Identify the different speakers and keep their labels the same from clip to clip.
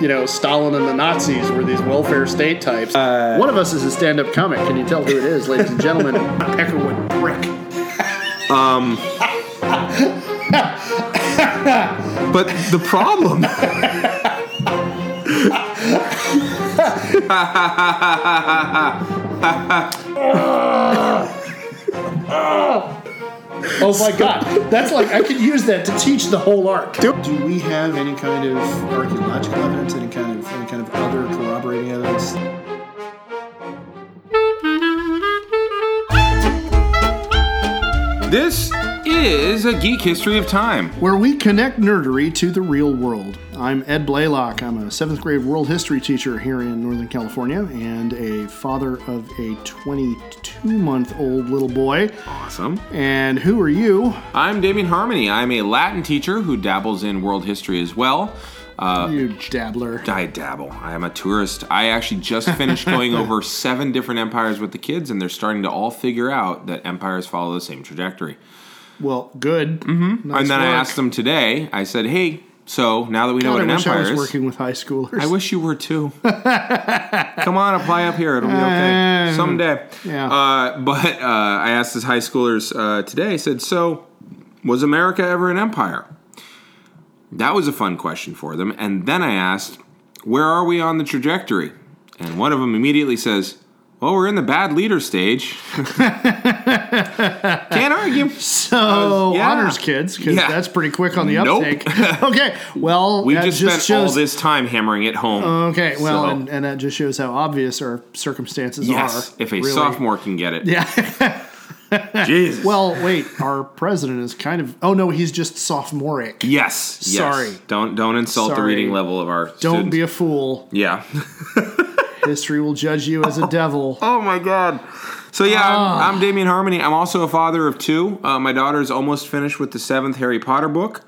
Speaker 1: you know, Stalin and the Nazis were these welfare state types. One of us is a stand up comic. Can you tell who it is, ladies and gentlemen? Peckerwood Brick.
Speaker 2: But the problem.
Speaker 1: Oh my god, that's like I could use that to teach the whole arc. Do we have any kind of archaeological evidence? Any kind of any kind of other corroborating evidence?
Speaker 2: This is a geek history of time.
Speaker 1: Where we connect nerdery to the real world. I'm Ed Blaylock. I'm a seventh grade world history teacher here in Northern California and a father of a 22 month old little boy.
Speaker 2: Awesome.
Speaker 1: And who are you?
Speaker 2: I'm Damien Harmony. I'm a Latin teacher who dabbles in world history as well. Uh,
Speaker 1: You dabbler.
Speaker 2: I dabble. I am a tourist. I actually just finished going over seven different empires with the kids, and they're starting to all figure out that empires follow the same trajectory.
Speaker 1: Well, good. Mm-hmm.
Speaker 2: and then I asked them today, I said, hey, so now that we know what
Speaker 1: I
Speaker 2: an
Speaker 1: wish I
Speaker 2: empire
Speaker 1: was
Speaker 2: is,
Speaker 1: working with high schoolers.
Speaker 2: I wish you were too. Come on, apply up here. It'll be okay
Speaker 1: Um,
Speaker 2: someday.
Speaker 1: yeah.
Speaker 2: Uh, but uh, I asked his high schoolers uh, today. I said, "So, was America ever an empire?" That was a fun question for them. And then I asked, "Where are we on the trajectory?" And one of them immediately says, "Well, we're in the bad leader stage." Can't argue.
Speaker 1: So
Speaker 2: yeah.
Speaker 1: honors kids, because
Speaker 2: Yeah.
Speaker 1: that's pretty quick on the
Speaker 2: Nope.
Speaker 1: uptake. okay, well
Speaker 2: We
Speaker 1: that
Speaker 2: just, spent all
Speaker 1: shows, Uh,
Speaker 2: this time hammering it home.
Speaker 1: Okay, well,
Speaker 2: So-
Speaker 1: and, and that just shows how obvious our circumstances
Speaker 2: yes,
Speaker 1: are.
Speaker 2: if a
Speaker 1: really.
Speaker 2: sophomore can get it.
Speaker 1: yeah.
Speaker 2: Jesus.
Speaker 1: well, wait, our president is kind of. Oh no, he's just sophomoric.
Speaker 2: Yes. yes.
Speaker 1: Sorry.
Speaker 2: Don't don't insult the
Speaker 1: Sorry.
Speaker 2: reading level of our.
Speaker 1: Don't
Speaker 2: students.
Speaker 1: be a fool.
Speaker 2: Yeah.
Speaker 1: History will judge you as a devil.
Speaker 2: oh my god. So yeah,
Speaker 1: Ah.
Speaker 2: I'm, I'm Damien Harmony. I'm also a father of two. Uh, my daughter's almost finished with the seventh Harry Potter book.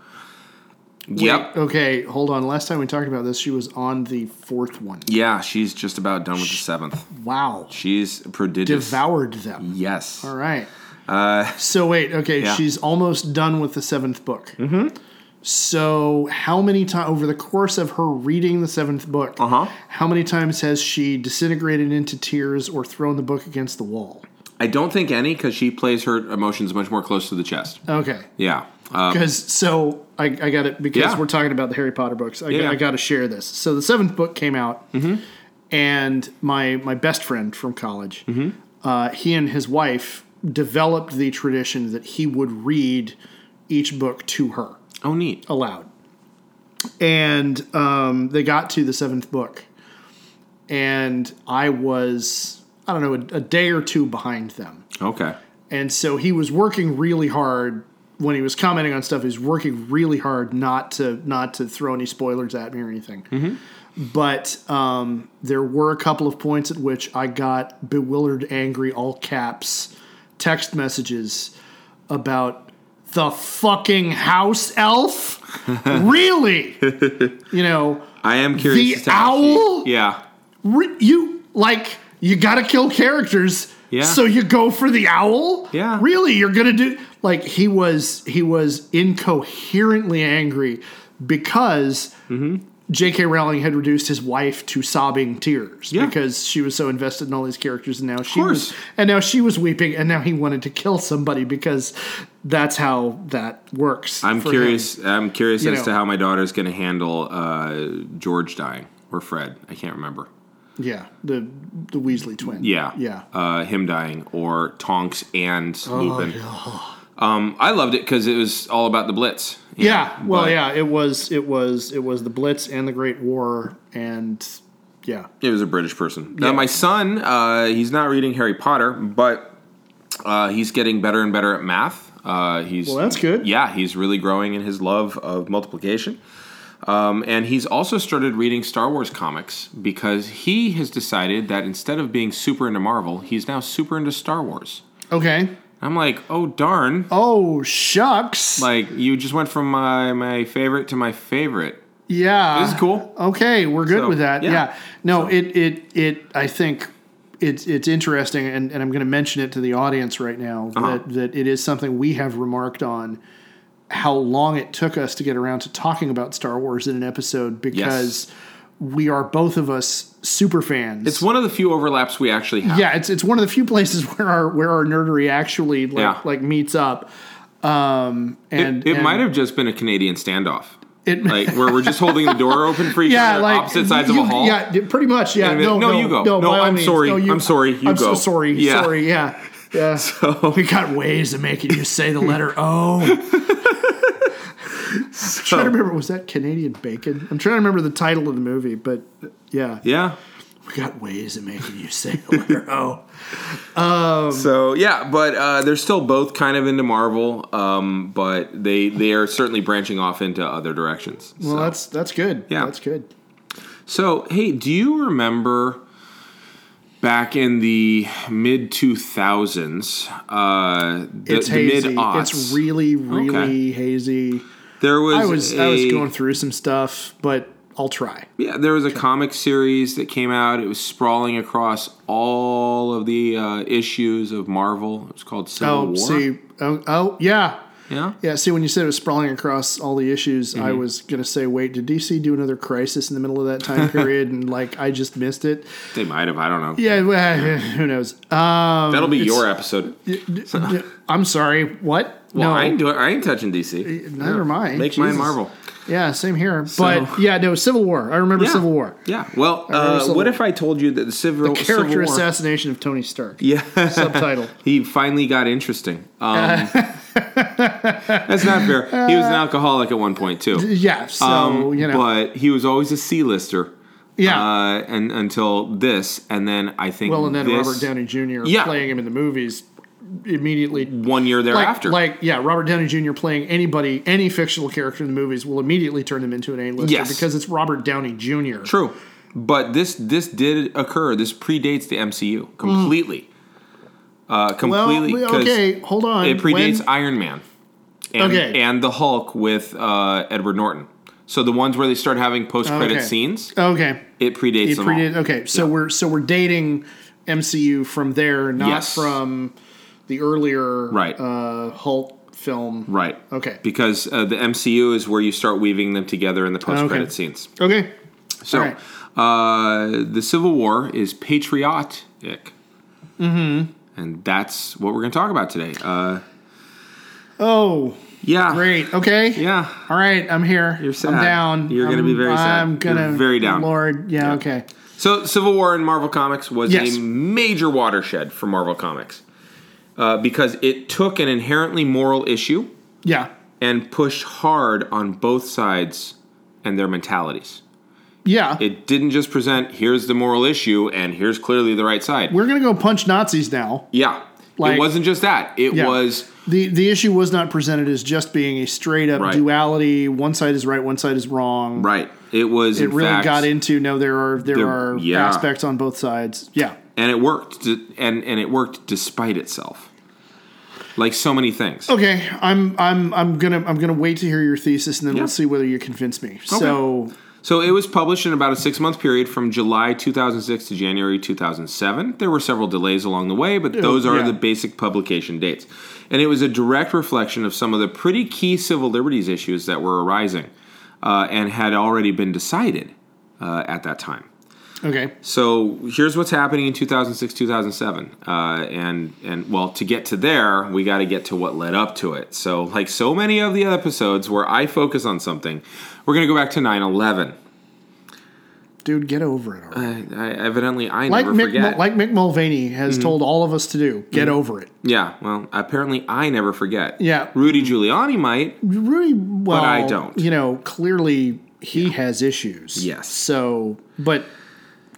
Speaker 2: Yep.
Speaker 1: Okay, hold on. Last time we talked about this, she was on the fourth one.
Speaker 2: Yeah, she's just about done with the seventh.
Speaker 1: Wow,
Speaker 2: She's prodigious.
Speaker 1: devoured them.
Speaker 2: Yes.
Speaker 1: All right. Uh, so wait, okay,
Speaker 2: yeah.
Speaker 1: she's almost done with the seventh book. Mm-hmm. So how many times over the course of her reading the seventh book,
Speaker 2: Uh-huh.
Speaker 1: how many times has she disintegrated into tears or thrown the book against the wall?
Speaker 2: I don't think any because she plays her emotions much more close to the chest.
Speaker 1: Okay,
Speaker 2: Yeah. Uh,
Speaker 1: because so I, I got it because
Speaker 2: Yeah.
Speaker 1: we're talking about the Harry Potter books. I,
Speaker 2: Yeah. Mm-hmm.
Speaker 1: I got to share this. So the seventh book came out, and my my best friend from college,
Speaker 2: Mm-hmm.
Speaker 1: uh, he and his wife developed the tradition that he would read each book to her
Speaker 2: oh, neat.
Speaker 1: aloud, and um, they got to the seventh book, and I was I don't know a, a day or two behind them.
Speaker 2: Okay.
Speaker 1: And so he was working really hard when he was commenting on stuff. He was working really hard not to not to throw any spoilers at me or anything. But um, there were a couple of points at which I got bewildered, angry, all caps text messages about the fucking house elf. really? you know,
Speaker 2: I am curious.
Speaker 1: The
Speaker 2: to tell if she-
Speaker 1: owl?
Speaker 2: Yeah.
Speaker 1: re- you like you gotta kill characters
Speaker 2: Yeah.
Speaker 1: so you go for the owl
Speaker 2: Yeah.
Speaker 1: really you're gonna do like he was he was incoherently angry because
Speaker 2: Mm-hmm.
Speaker 1: jk rowling had reduced his wife to sobbing tears
Speaker 2: Yeah.
Speaker 1: because she was so invested in all these characters and now she
Speaker 2: course.
Speaker 1: was and now she was weeping and now he wanted to kill somebody because that's how that works
Speaker 2: I'm
Speaker 1: for him.
Speaker 2: curious. I'm curious
Speaker 1: You
Speaker 2: as to
Speaker 1: know.
Speaker 2: how my daughter's going to handle uh, George dying or Fred. I can't remember.
Speaker 1: yeah the the weasley twin
Speaker 2: Yeah,
Speaker 1: yeah Oh,
Speaker 2: Uh, him dying or Tonks and Lupin. Um, I loved it because it was all about the Blitz. you
Speaker 1: Yeah,
Speaker 2: know,
Speaker 1: well,
Speaker 2: but
Speaker 1: yeah, it was, it was, it was the Blitz and the Great War, and yeah,
Speaker 2: It was a British person. Now my son, uh, he's not reading Harry Potter, but uh, he's getting better and better at math. Uh, he's
Speaker 1: Well, that's good.
Speaker 2: Yeah, he's really growing in his love of multiplication. Um, and he's also started reading Star Wars comics because he has decided that instead of being super into Marvel, he's now super into Star Wars.
Speaker 1: okay.
Speaker 2: I'm like, oh darn!
Speaker 1: Oh shucks,
Speaker 2: Like you just went from my my favorite to my favorite.
Speaker 1: yeah,
Speaker 2: This is cool.
Speaker 1: Okay, we're good
Speaker 2: So,
Speaker 1: with that.
Speaker 2: yeah.
Speaker 1: Yeah, no, it, it, it. I think it's it's interesting, and, and I'm going to mention it to the audience right now
Speaker 2: Uh-huh.
Speaker 1: that that it is something we have remarked on how long it took us to get around to talking about Star Wars in an episode because. we are both of us super fans.
Speaker 2: It's one of the few overlaps we actually have.
Speaker 1: yeah, it's it's one of the few places where our where our nerdery actually like
Speaker 2: Yeah.
Speaker 1: like meets up. Um, and
Speaker 2: it
Speaker 1: and-
Speaker 2: might have just been a Canadian standoff,
Speaker 1: it
Speaker 2: like where we're just holding the door open for each
Speaker 1: yeah
Speaker 2: other,
Speaker 1: like
Speaker 2: opposite sides
Speaker 1: you-
Speaker 2: of a hall.
Speaker 1: Yeah, d- pretty much. Yeah,
Speaker 2: And then,
Speaker 1: no,
Speaker 2: no,
Speaker 1: no,
Speaker 2: you go.
Speaker 1: No,
Speaker 2: No,
Speaker 1: by all
Speaker 2: I'm
Speaker 1: means.
Speaker 2: sorry.
Speaker 1: No, you-
Speaker 2: I'm sorry. You
Speaker 1: I'm so
Speaker 2: go.
Speaker 1: sorry.
Speaker 2: Yeah.
Speaker 1: Sorry. Yeah. Yeah.
Speaker 2: So-
Speaker 1: we got ways of making you say the letter O. I'm trying to remember. Was that Canadian Bacon? I'm trying to remember the title of the movie, but uh, yeah,
Speaker 2: Yeah.
Speaker 1: we got ways of making you say the letter O.
Speaker 2: So yeah, but uh, they're still both kind of into Marvel, um, but they they are certainly branching off into other directions.
Speaker 1: Well, that's that's good.
Speaker 2: Yeah.
Speaker 1: that's good.
Speaker 2: So, hey, do you remember back in the mid 2000s, uh, the,
Speaker 1: It's hazy. It's
Speaker 2: mid-aughts,
Speaker 1: really, really hazy.
Speaker 2: there was
Speaker 1: I was I was
Speaker 2: a-
Speaker 1: going through some stuff, but I'll try.
Speaker 2: Yeah, there was a comic series that came out. It was sprawling across all of the uh, issues of Marvel. It was called Civil
Speaker 1: Oh,
Speaker 2: War.
Speaker 1: see, oh, oh, yeah,
Speaker 2: Yeah.
Speaker 1: yeah. See, when you said it was sprawling across all the issues, I
Speaker 2: Mm-hmm.
Speaker 1: was gonna say, wait, did DC do another crisis in the middle of that time period? and like, I just missed it.
Speaker 2: They might have, I don't know.
Speaker 1: Yeah, well, who knows? Um,
Speaker 2: That'll be
Speaker 1: it's-
Speaker 2: your episode.
Speaker 1: d- I'm sorry. What?
Speaker 2: Well,
Speaker 1: no,
Speaker 2: I ain't doing I ain't touching DC.
Speaker 1: never mind.
Speaker 2: Make mine
Speaker 1: Jesus.
Speaker 2: Marvel.
Speaker 1: Yeah, same here. But yeah, no, Civil War. I remember
Speaker 2: Yeah.
Speaker 1: Civil War.
Speaker 2: Yeah. Well,
Speaker 1: remember
Speaker 2: uh,
Speaker 1: Civil
Speaker 2: what
Speaker 1: War.
Speaker 2: if I told you that the Civil, Civil
Speaker 1: Character
Speaker 2: War
Speaker 1: assassination of Tony Stark.
Speaker 2: Yeah.
Speaker 1: Subtitle.
Speaker 2: He finally got interesting. Um, that's not fair. He was an alcoholic at one point too.
Speaker 1: Yeah. So
Speaker 2: Um,
Speaker 1: Uh, oh, you know.
Speaker 2: but he was always a C-lister.
Speaker 1: yeah.
Speaker 2: Uh, and until this, and then I think
Speaker 1: well, and then
Speaker 2: this-
Speaker 1: Robert Downey Jr.
Speaker 2: Yeah.
Speaker 1: playing him in the movies immediately.
Speaker 2: one year
Speaker 1: Like,
Speaker 2: thereafter.
Speaker 1: like, yeah, Robert Downey Jr. playing anybody, any fictional character in the movies will immediately turn them into an A-lister
Speaker 2: Yes.
Speaker 1: because it's Robert Downey Jr.
Speaker 2: True, but this this did occur. This predates the MCU completely. Uh,
Speaker 1: Hmm. Well,
Speaker 2: completely.
Speaker 1: we-
Speaker 2: 'cause
Speaker 1: okay, hold on.
Speaker 2: It predates
Speaker 1: When-
Speaker 2: Iron Man. And,
Speaker 1: Okay.
Speaker 2: and the Hulk with uh, Edward Norton. So the ones where they start having post-credit
Speaker 1: Okay.
Speaker 2: scenes,
Speaker 1: okay,
Speaker 2: it predates
Speaker 1: it
Speaker 2: them
Speaker 1: predate-
Speaker 2: all.
Speaker 1: Okay, so we're so we're dating MCU from there, not
Speaker 2: Yes.
Speaker 1: from the earlier
Speaker 2: Right.
Speaker 1: uh, Hulk film.
Speaker 2: Right.
Speaker 1: Okay.
Speaker 2: Because uh, the MCU is where you start weaving them together in the post-credit
Speaker 1: Okay.
Speaker 2: scenes.
Speaker 1: Okay.
Speaker 2: So
Speaker 1: All
Speaker 2: uh, the Civil War is patriotic. Mm-hmm. And that's what we're going to talk about today. Uh,
Speaker 1: Oh,
Speaker 2: yeah.
Speaker 1: great. Okay.
Speaker 2: Yeah.
Speaker 1: All right, I'm here. You're
Speaker 2: sad.
Speaker 1: I'm down.
Speaker 2: You're gonna
Speaker 1: I'm-
Speaker 2: be very sad.
Speaker 1: I'm
Speaker 2: You're
Speaker 1: gonna
Speaker 2: very down.
Speaker 1: Lord, yeah, okay.
Speaker 2: So Civil War in Marvel Comics was
Speaker 1: Yes.
Speaker 2: a major watershed for Marvel Comics uh, because it took an inherently moral issue
Speaker 1: Yeah.
Speaker 2: and pushed hard on both sides and their mentalities.
Speaker 1: Yeah.
Speaker 2: It didn't just present here's the moral issue and here's clearly the right side.
Speaker 1: We're gonna go punch Nazis now.
Speaker 2: yeah.
Speaker 1: Like-
Speaker 2: it wasn't just that. It
Speaker 1: Yeah.
Speaker 2: was
Speaker 1: The the issue was not presented as just being a straight up
Speaker 2: Right.
Speaker 1: duality, one side is right, one side is wrong.
Speaker 2: right. It was
Speaker 1: It
Speaker 2: in
Speaker 1: really
Speaker 2: fact,
Speaker 1: got into no there are there,
Speaker 2: There-
Speaker 1: are
Speaker 2: yeah.
Speaker 1: aspects on both sides. Yeah.
Speaker 2: and it worked d- and and it worked despite itself. Like so many things.
Speaker 1: Okay, I'm I'm I'm gonna I'm gonna wait to hear your thesis and then
Speaker 2: Yeah.
Speaker 1: we'll see whether you convince me. So
Speaker 2: So it was published in about a six month period from July 2006 to January 2007. There were several delays along the way, but those are
Speaker 1: yeah.
Speaker 2: the basic publication dates. And it was a direct reflection of some of the pretty key civil liberties issues that were arising uh, and had already been decided uh, at that time.
Speaker 1: okay.
Speaker 2: So here's what's happening in 2006, 2007, uh, and and well, to get to there, we got to get to what led up to it. So like so many of the episodes where I focus on something, we're gonna go back to 9/11.
Speaker 1: Dude, get over it already.
Speaker 2: I, I, evidently, I
Speaker 1: like
Speaker 2: never
Speaker 1: Mick
Speaker 2: forget. Mm-hmm.
Speaker 1: Mul- like Mick Mulvaney has told all of us to do. Get over it.
Speaker 2: yeah, well, apparently, I never forget.
Speaker 1: Yeah.
Speaker 2: Rudy Giuliani might.
Speaker 1: Really well,
Speaker 2: I don't.
Speaker 1: You know, clearly he has issues.
Speaker 2: Yes.
Speaker 1: So, but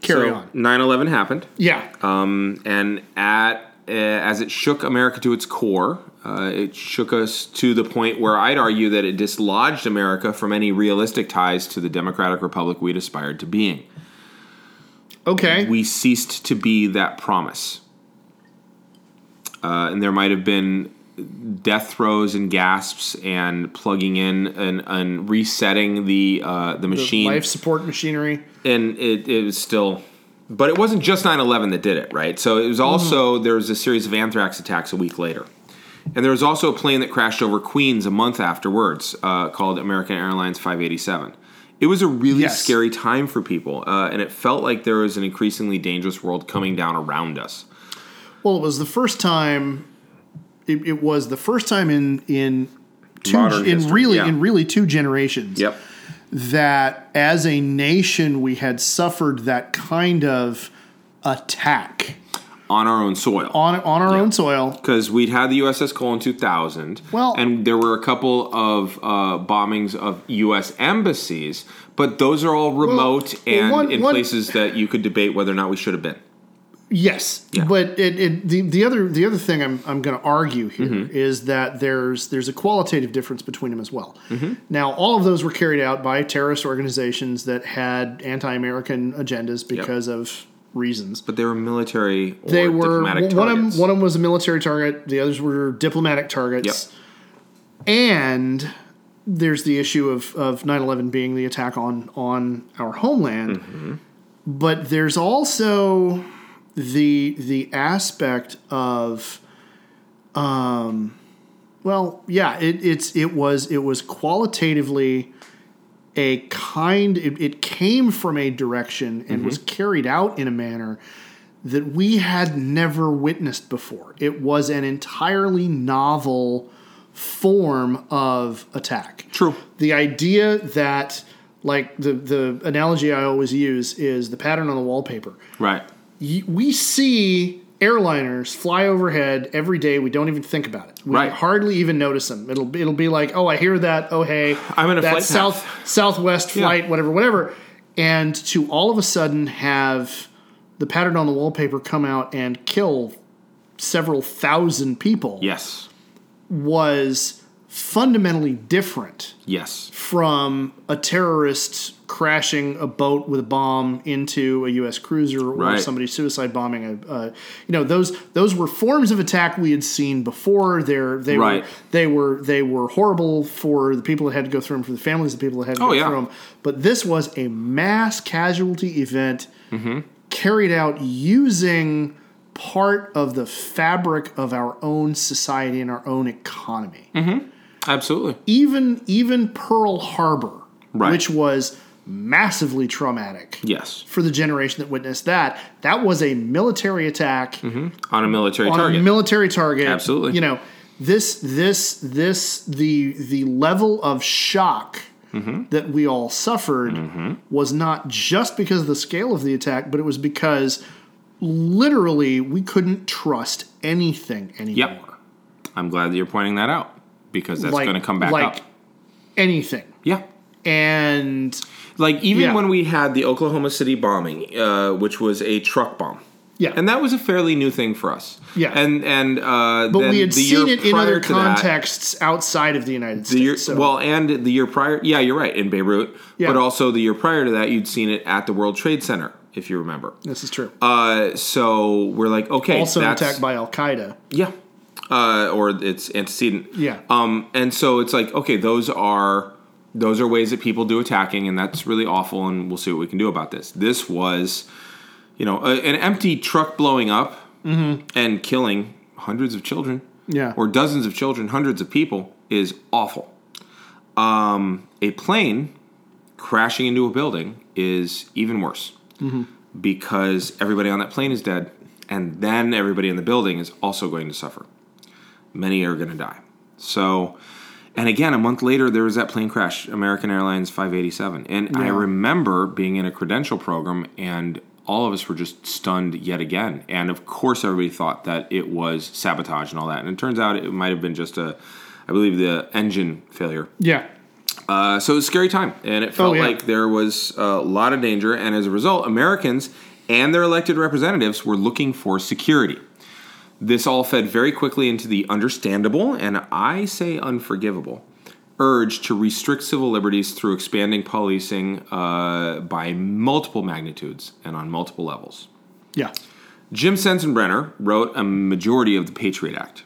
Speaker 1: carry on.
Speaker 2: 9/11 happened,
Speaker 1: Yeah.
Speaker 2: um, and at uh, as it shook America to its core, uh, it shook us to the point where I'd argue that it dislodged America from any realistic ties to the democratic republic we'd aspired to being.
Speaker 1: okay.
Speaker 2: we ceased to be that promise. Uh, and there might have been death throes and gasps and plugging in and, and resetting the uh, the machine.
Speaker 1: Life support machinery.
Speaker 2: and it, it was still, but it wasn't just 9 11 that did it, right? So it was also, there was a series of anthrax attacks a week later. And there was also a plane that crashed over Queens a month afterwards uh, called American Airlines 587. It was a really
Speaker 1: Yes.
Speaker 2: scary time for people, uh, and it felt like there was an increasingly dangerous world coming down around us.
Speaker 1: Well, it was the first time. It, it was the first time in in two
Speaker 2: Modern
Speaker 1: in
Speaker 2: history,
Speaker 1: really
Speaker 2: yeah.
Speaker 1: in really two generations
Speaker 2: Yep.
Speaker 1: that as a nation we had suffered that kind of attack
Speaker 2: On our own soil.
Speaker 1: on on our own soil.
Speaker 2: because we'd had the USS Cole in 2000.
Speaker 1: Well-
Speaker 2: and there were a couple of uh, bombings of U.S. embassies, but those are all remote
Speaker 1: well,
Speaker 2: and
Speaker 1: one-
Speaker 2: in
Speaker 1: one-
Speaker 2: places that you could debate whether or not we should have been.
Speaker 1: Yes,
Speaker 2: Yeah.
Speaker 1: but it, it the, the other the other thing I'm I'm going to argue here is that there's there's a qualitative difference between them as well. Now, all of those were carried out by terrorist organizations that had anti-American agendas because of reasons.
Speaker 2: But they were military or
Speaker 1: they were one
Speaker 2: diplomatic
Speaker 1: of, them,
Speaker 2: targets.
Speaker 1: one of them was a military target the others were diplomatic targets and there's the issue of, of 9-11 being the attack on, on our homeland
Speaker 2: Mm-hmm.
Speaker 1: but there's also the the aspect of um, well yeah it, it's it was it was qualitatively a kind it, it came from a direction and was carried out in a manner that we had never witnessed before. It was an entirely novel form of attack.
Speaker 2: True.
Speaker 1: The idea that like the the analogy I always use is the pattern on the wallpaper.
Speaker 2: Right.
Speaker 1: Y- We see airliners fly overhead every day. We don't even think about it. We
Speaker 2: Right.
Speaker 1: hardly even notice them. It'll it'll be like, "Oh, I hear that. Oh, hey.
Speaker 2: I'm in a
Speaker 1: that
Speaker 2: flight
Speaker 1: south southwest flight, whatever, whatever." And to all of a sudden have the pattern on the wallpaper come out and kill several thousand people
Speaker 2: Yes.
Speaker 1: was fundamentally different
Speaker 2: Yes.
Speaker 1: from a terrorist crashing a boat with a bomb into a U.S. cruiser or
Speaker 2: Right.
Speaker 1: somebody suicide bombing a, a, you know, those those were forms of attack we had seen before. They're, they
Speaker 2: Right.
Speaker 1: were they were they were horrible for the people that had to go through them, for the families of the people that had to
Speaker 2: Oh,
Speaker 1: go
Speaker 2: yeah.
Speaker 1: through them. But this was a mass casualty event
Speaker 2: Mm-hmm.
Speaker 1: carried out using part of the fabric of our own society and our own economy
Speaker 2: Absolutely.
Speaker 1: even even Pearl Harbor,
Speaker 2: Right.
Speaker 1: which was massively traumatic
Speaker 2: Yes.
Speaker 1: for the generation that witnessed that, that was a military attack
Speaker 2: On a military
Speaker 1: on
Speaker 2: Mm-hmm. target.
Speaker 1: a military target.
Speaker 2: Absolutely.
Speaker 1: you know this this this the the level of shock.
Speaker 2: Mm-hmm.
Speaker 1: That we all suffered was not just because of the scale of the attack, but it was because literally we couldn't trust anything anymore.
Speaker 2: yep. I'm glad that you're pointing that out because that's going to come back
Speaker 1: like
Speaker 2: up.
Speaker 1: anything.
Speaker 2: Yeah.
Speaker 1: And
Speaker 2: Like even
Speaker 1: Yeah.
Speaker 2: when we had the Oklahoma City bombing, uh, which was a truck bomb.
Speaker 1: yeah,
Speaker 2: and that was a fairly new thing for us.
Speaker 1: Yeah.
Speaker 2: and and uh, but
Speaker 1: we had
Speaker 2: the
Speaker 1: seen
Speaker 2: year
Speaker 1: it in
Speaker 2: prior
Speaker 1: other
Speaker 2: to that-
Speaker 1: contexts outside of the United
Speaker 2: the
Speaker 1: States.
Speaker 2: year,
Speaker 1: so
Speaker 2: Well, and the year prior, yeah, you're right in Beirut,
Speaker 1: Yeah.
Speaker 2: but also the year prior to that, you'd seen it at the World Trade Center, if you remember.
Speaker 1: this is true.
Speaker 2: Uh, so we're like, okay,
Speaker 1: also an
Speaker 2: that's,
Speaker 1: attack by Al Qaeda.
Speaker 2: yeah, uh, or it's antecedent,
Speaker 1: Yeah.
Speaker 2: Um, and so it's like, okay, those are those are ways that people do attacking, and that's really awful. And we'll see what we can do about this. This was, you know, a, an empty truck blowing up and killing hundreds of children,
Speaker 1: Yeah.
Speaker 2: or dozens of children, hundreds of people is awful. Um, a plane crashing into a building is even worse because everybody on that plane is dead, and then everybody in the building is also going to suffer. Many are going to die. So, and again, a month later, there was that plane crash, American Airlines 587. And I
Speaker 1: Yeah.
Speaker 2: remember being in a credential program, and all of us were just stunned yet again. And of course, everybody thought that it was sabotage and all that. And it turns out it might have been just a, I believe, the engine failure.
Speaker 1: Yeah,
Speaker 2: Uh, so it was a scary time, and it felt
Speaker 1: yeah.
Speaker 2: like there was a lot of danger. And as a result, Americans and their elected representatives were looking for security. This all fed very quickly into the understandable, and I say unforgivable, urge to restrict civil liberties through expanding policing uh, by multiple magnitudes and on multiple levels.
Speaker 1: yeah,
Speaker 2: Jim Sensenbrenner wrote a majority of the Patriot Act.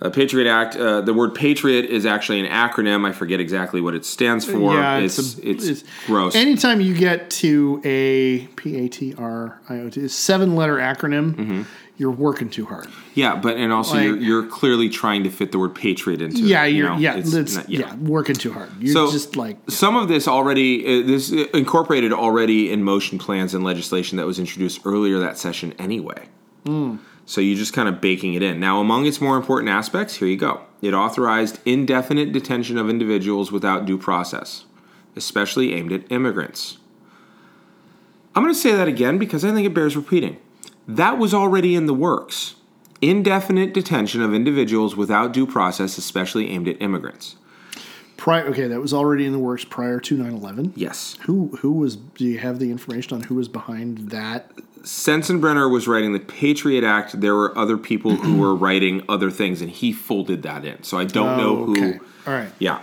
Speaker 2: A Patriot Act. Uh, the word Patriot is actually an acronym. I forget exactly what it stands for.
Speaker 1: Uh, yeah.
Speaker 2: it's it's,
Speaker 1: a-
Speaker 2: gross.
Speaker 1: Anytime
Speaker 2: Mm-hmm.
Speaker 1: you get to a P A T R I O T seven letter acronym, you're working too hard.
Speaker 2: Yeah, but and also
Speaker 1: Like-
Speaker 2: you're, you're clearly trying to fit the word patriot into it,
Speaker 1: yeah,
Speaker 2: you
Speaker 1: you're
Speaker 2: know?
Speaker 1: yeah,
Speaker 2: It's
Speaker 1: it's-
Speaker 2: not-
Speaker 1: yeah. working too hard. You're
Speaker 2: So-
Speaker 1: just like
Speaker 2: Some of this already, uh, this uh, incorporated already in motion plans and legislation that was introduced earlier that session anyway. So you're just kind of baking it in. Now, among its more important aspects, here you go. It authorized indefinite detention of individuals without due process, especially aimed at immigrants. I'm going to say that again because I think it bears repeating. That was already in the works. Indefinite detention of individuals without due process, especially aimed at immigrants.
Speaker 1: prior. Okay, that was already in the works prior to 9-11.
Speaker 2: Yes.
Speaker 1: Who who was? Do you have the information on who was behind that?
Speaker 2: Sensenbrenner was writing the Patriot Act. There were other people who were writing other things, and he folded that in. So I don't know who.
Speaker 1: Oh, okay, all right.
Speaker 2: Yeah.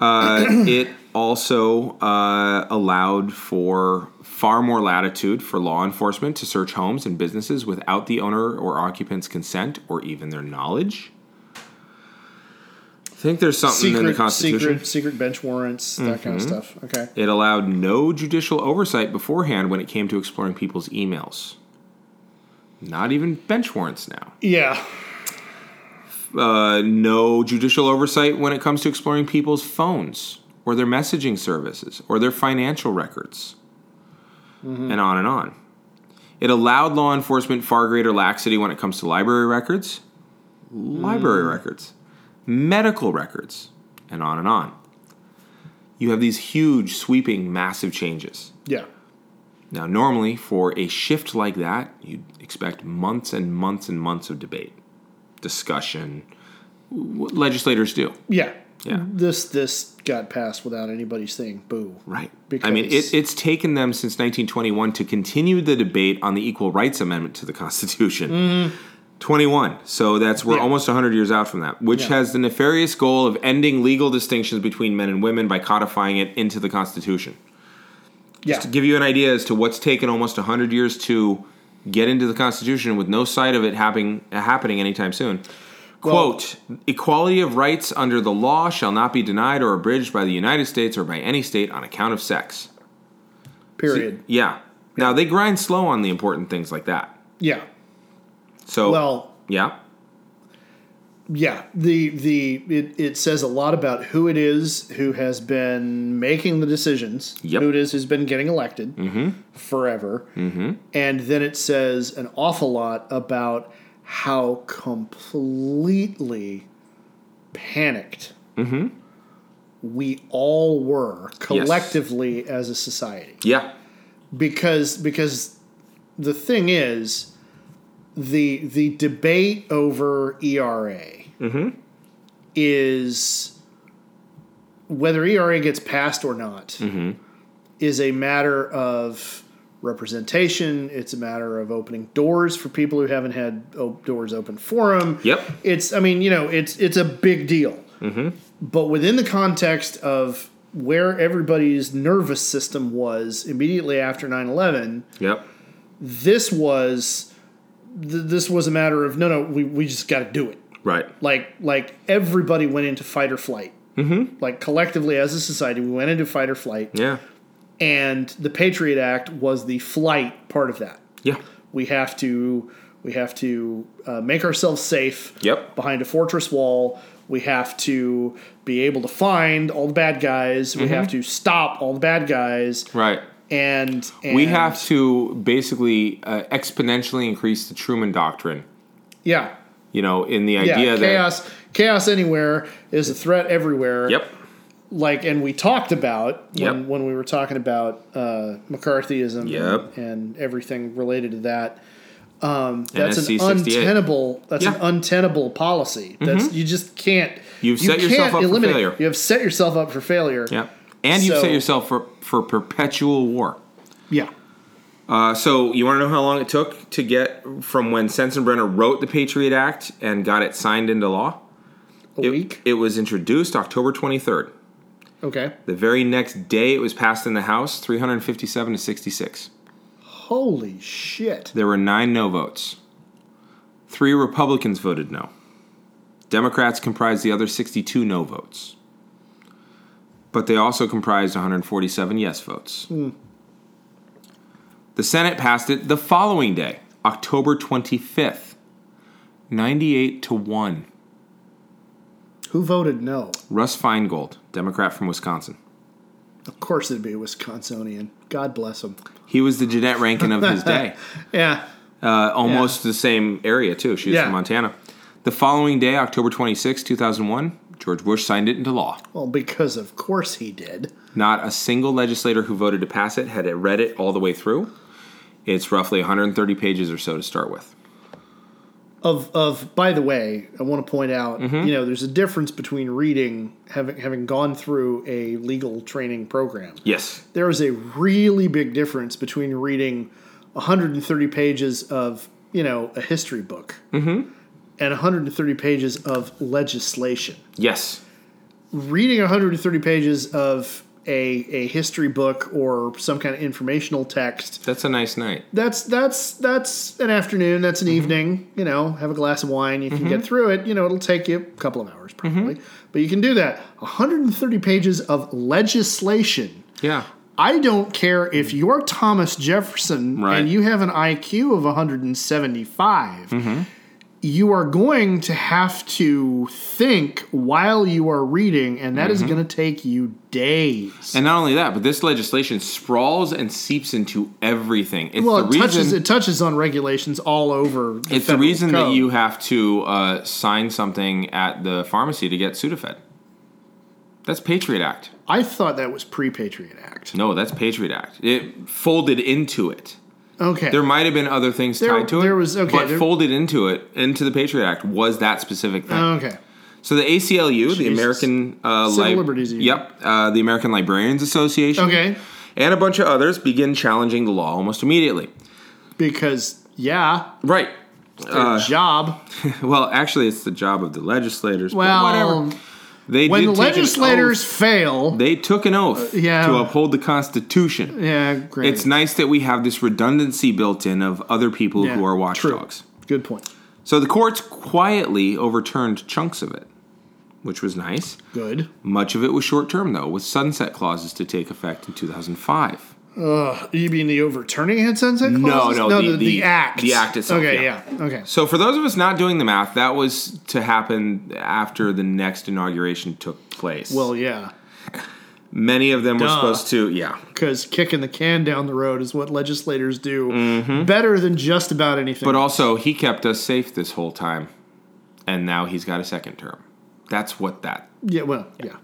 Speaker 2: Uh, it also uh, allowed for far more latitude for law enforcement to search homes and businesses without the owner or occupant's consent or even their knowledge. I think there's something in the Constitution. Mm-hmm.
Speaker 1: secret, secret bench warrants, that kind of stuff. Okay.
Speaker 2: It allowed no judicial oversight beforehand when it came to exploring people's emails. Not even bench warrants now.
Speaker 1: Yeah.
Speaker 2: Uh, no judicial oversight when it comes to exploring people's phones or their messaging services or their financial records. And on and on. It allowed law enforcement far greater laxity when it comes to library records, library records, medical records, and on and on. You have these huge, sweeping, massive changes.
Speaker 1: Yeah.
Speaker 2: Now, normally for a shift like that, you'd expect months and months and months of debate, discussion, what legislators do.
Speaker 1: Yeah.
Speaker 2: Yeah.
Speaker 1: This this got passed without anybody saying boo.
Speaker 2: Right. I
Speaker 1: Because-
Speaker 2: mean, it, it's taken them since 1921 to continue the debate on the Equal Rights Amendment to the Constitution. 21. So that's we're
Speaker 1: Mm-hmm. Yeah.
Speaker 2: almost 100 years out from that, which
Speaker 1: Yeah.
Speaker 2: has the nefarious goal of ending legal distinctions between men and women by codifying it into the Constitution.
Speaker 1: Yeah.
Speaker 2: to give you an idea as to what's taken almost 100 years to get into the Constitution with no sight of it happening, happening anytime soon. Quote, equality of rights under the law shall not be denied or abridged by the United States or by any state on account of sex.
Speaker 1: Period.
Speaker 2: Yeah. Now, they grind slow on the important things like that.
Speaker 1: Yeah.
Speaker 2: So,
Speaker 1: Well,
Speaker 2: yeah.
Speaker 1: yeah. The the it, it says a lot about who it is who has been making the decisions.
Speaker 2: Yep.
Speaker 1: Who it is who's been getting elected forever. Mm-hmm. And then it says an awful lot about how completely panicked
Speaker 2: Mm-hmm.
Speaker 1: we all were collectively as a society.
Speaker 2: Yeah.
Speaker 1: because because the thing is the the debate over ERA is whether ERA gets passed or not is a matter of representation. It's a matter of opening doors for people who haven't had op- doors open for them.
Speaker 2: Yep.
Speaker 1: It's I mean you know it's it's a big deal. But within the context of where everybody's nervous system was immediately after 9-11
Speaker 2: Yep.
Speaker 1: this was th- this was a matter of no no we, we just got to do it
Speaker 2: Right.
Speaker 1: like like everybody went into fight or flight mm-hmm. like collectively as a society we went into fight or flight
Speaker 2: Yeah.
Speaker 1: and the patriot act was the flight part of that
Speaker 2: Yeah.
Speaker 1: we have to we have to uh, make ourselves safe
Speaker 2: Yep.
Speaker 1: behind a fortress wall we have to be able to find all the bad guys
Speaker 2: Mm-hmm.
Speaker 1: we have to stop all the bad guys
Speaker 2: Right.
Speaker 1: and, and
Speaker 2: We have to basically uh, exponentially increase the Truman Doctrine,
Speaker 1: yeah
Speaker 2: you know, in the idea
Speaker 1: yeah,
Speaker 2: that.
Speaker 1: chaos chaos anywhere is a threat everywhere.
Speaker 2: Yep.
Speaker 1: Like, and we talked about when,
Speaker 2: Yep.
Speaker 1: when we were talking about uh, McCarthyism and,
Speaker 2: Yep.
Speaker 1: and everything related to that. Um, that's an
Speaker 2: NSC 68.
Speaker 1: untenable. That's an
Speaker 2: Yeah. Mm-hmm.
Speaker 1: untenable policy. That's you just can't.
Speaker 2: You've
Speaker 1: you
Speaker 2: set yourself
Speaker 1: can't
Speaker 2: up for
Speaker 1: eliminate-
Speaker 2: failure.
Speaker 1: You have set yourself up for failure.
Speaker 2: Yeah. And you've
Speaker 1: So-
Speaker 2: set yourself for, for perpetual war.
Speaker 1: Yeah.
Speaker 2: Uh, so you want to know how long it took to get from when Sensenbrenner wrote the Patriot Act and got it signed into law?
Speaker 1: A
Speaker 2: It,
Speaker 1: week.
Speaker 2: it was introduced October 23rd.
Speaker 1: Okay.
Speaker 2: The very next day it was passed in the House, 357 to 66.
Speaker 1: Holy shit.
Speaker 2: There were nine no votes. Three Republicans voted no. Democrats comprised the other 62 no votes. But they also comprised 147 yes votes. The Senate passed it the following day, October 25th, 98 to 1.
Speaker 1: Who voted no?
Speaker 2: Russ Feingold, Democrat from Wisconsin.
Speaker 1: Of course it'd be a Wisconsinian. God bless him.
Speaker 2: He was the Jeanette Rankin of his day.
Speaker 1: Yeah.
Speaker 2: Uh, almost the same area, too. She was
Speaker 1: Yeah.
Speaker 2: from Montana. The following day, October 26, 2001, George Bush signed it into law.
Speaker 1: Well, because of course he did.
Speaker 2: Not a single legislator who voted to pass it had read it all the way through. It's roughly 130 pages or so to start with.
Speaker 1: Of of by the way, I want to point out, you know, there's a difference between reading having having gone through a legal training program.
Speaker 2: Yes.
Speaker 1: There is a really big difference between reading 130 pages of, you know, a history book and 130 pages of legislation.
Speaker 2: Yes.
Speaker 1: reading 130 pages of a, a history book or some kind of informational text
Speaker 2: That's a nice night.
Speaker 1: that's that's that's an afternoon that's an
Speaker 2: Mm-hmm.
Speaker 1: evening you know have a glass of wine you can get through it you know it'll take you a couple of hours
Speaker 2: Mm-hmm.
Speaker 1: probably but you can do that 130 pages of legislation
Speaker 2: Yeah.
Speaker 1: i don't care if you're thomas jefferson
Speaker 2: Mm-hmm. Right.
Speaker 1: and you have an iq of 175
Speaker 2: Mm-hmm.
Speaker 1: you are going to have to think while you are reading, and that is going to take you days.
Speaker 2: Mm-hmm. And not only that, but this legislation sprawls and seeps into everything. It's
Speaker 1: well,
Speaker 2: the
Speaker 1: it
Speaker 2: reason,
Speaker 1: touches it touches on regulations all over.
Speaker 2: It's the
Speaker 1: federal
Speaker 2: reason that
Speaker 1: code.
Speaker 2: you have to uh, sign something at the pharmacy to get Sudafed. That's Patriot Act.
Speaker 1: I thought that was pre Patriot Act.
Speaker 2: No, that's Patriot Act. It folded into it.
Speaker 1: Okay,
Speaker 2: There might have been other things
Speaker 1: There-
Speaker 2: tied to it.
Speaker 1: there was- okay,
Speaker 2: but
Speaker 1: there-
Speaker 2: folded into it into the Patriot Act was that specific thing.
Speaker 1: okay,
Speaker 2: so the ACLU, the American uh,
Speaker 1: Oh. Civil
Speaker 2: Lib-
Speaker 1: Liberties Union.
Speaker 2: Yep, uh, the American Librarians Association.
Speaker 1: okay,
Speaker 2: and a bunch of others begin challenging the law almost immediately.
Speaker 1: because yeah,
Speaker 2: Right.
Speaker 1: their
Speaker 2: Uh,
Speaker 1: job.
Speaker 2: Well, actually, it's the job of the legislators.
Speaker 1: Well,
Speaker 2: but whatever. They
Speaker 1: when the
Speaker 2: did take an
Speaker 1: legislators
Speaker 2: oath-
Speaker 1: fail,
Speaker 2: they took an oath
Speaker 1: Yeah.
Speaker 2: to uphold the Constitution.
Speaker 1: yeah, great.
Speaker 2: It's nice that we have this redundancy built in of other people
Speaker 1: Yeah,
Speaker 2: who are
Speaker 1: true.
Speaker 2: watchdogs.
Speaker 1: good point.
Speaker 2: So the courts quietly overturned chunks of it, which was nice.
Speaker 1: Good.
Speaker 2: Much of it was short term, though, with sunset clauses to take effect in 2005.
Speaker 1: You mean the overturning head sunset?
Speaker 2: No,
Speaker 1: clauses?
Speaker 2: no,
Speaker 1: no,
Speaker 2: the-
Speaker 1: the,
Speaker 2: the-
Speaker 1: act,
Speaker 2: the act itself,
Speaker 1: Okay,
Speaker 2: yeah.
Speaker 1: yeah, okay.
Speaker 2: So, for those of us not doing the math, that was to happen after the next inauguration took place.
Speaker 1: Well, yeah.
Speaker 2: many of them were
Speaker 1: duh.
Speaker 2: supposed to, yeah.
Speaker 1: because kicking the can down the road is what legislators do better than just about anything.
Speaker 2: Mm-hmm. But also, he kept us safe this whole time, and now he's got a second term. That's what that.
Speaker 1: yeah, well, yeah.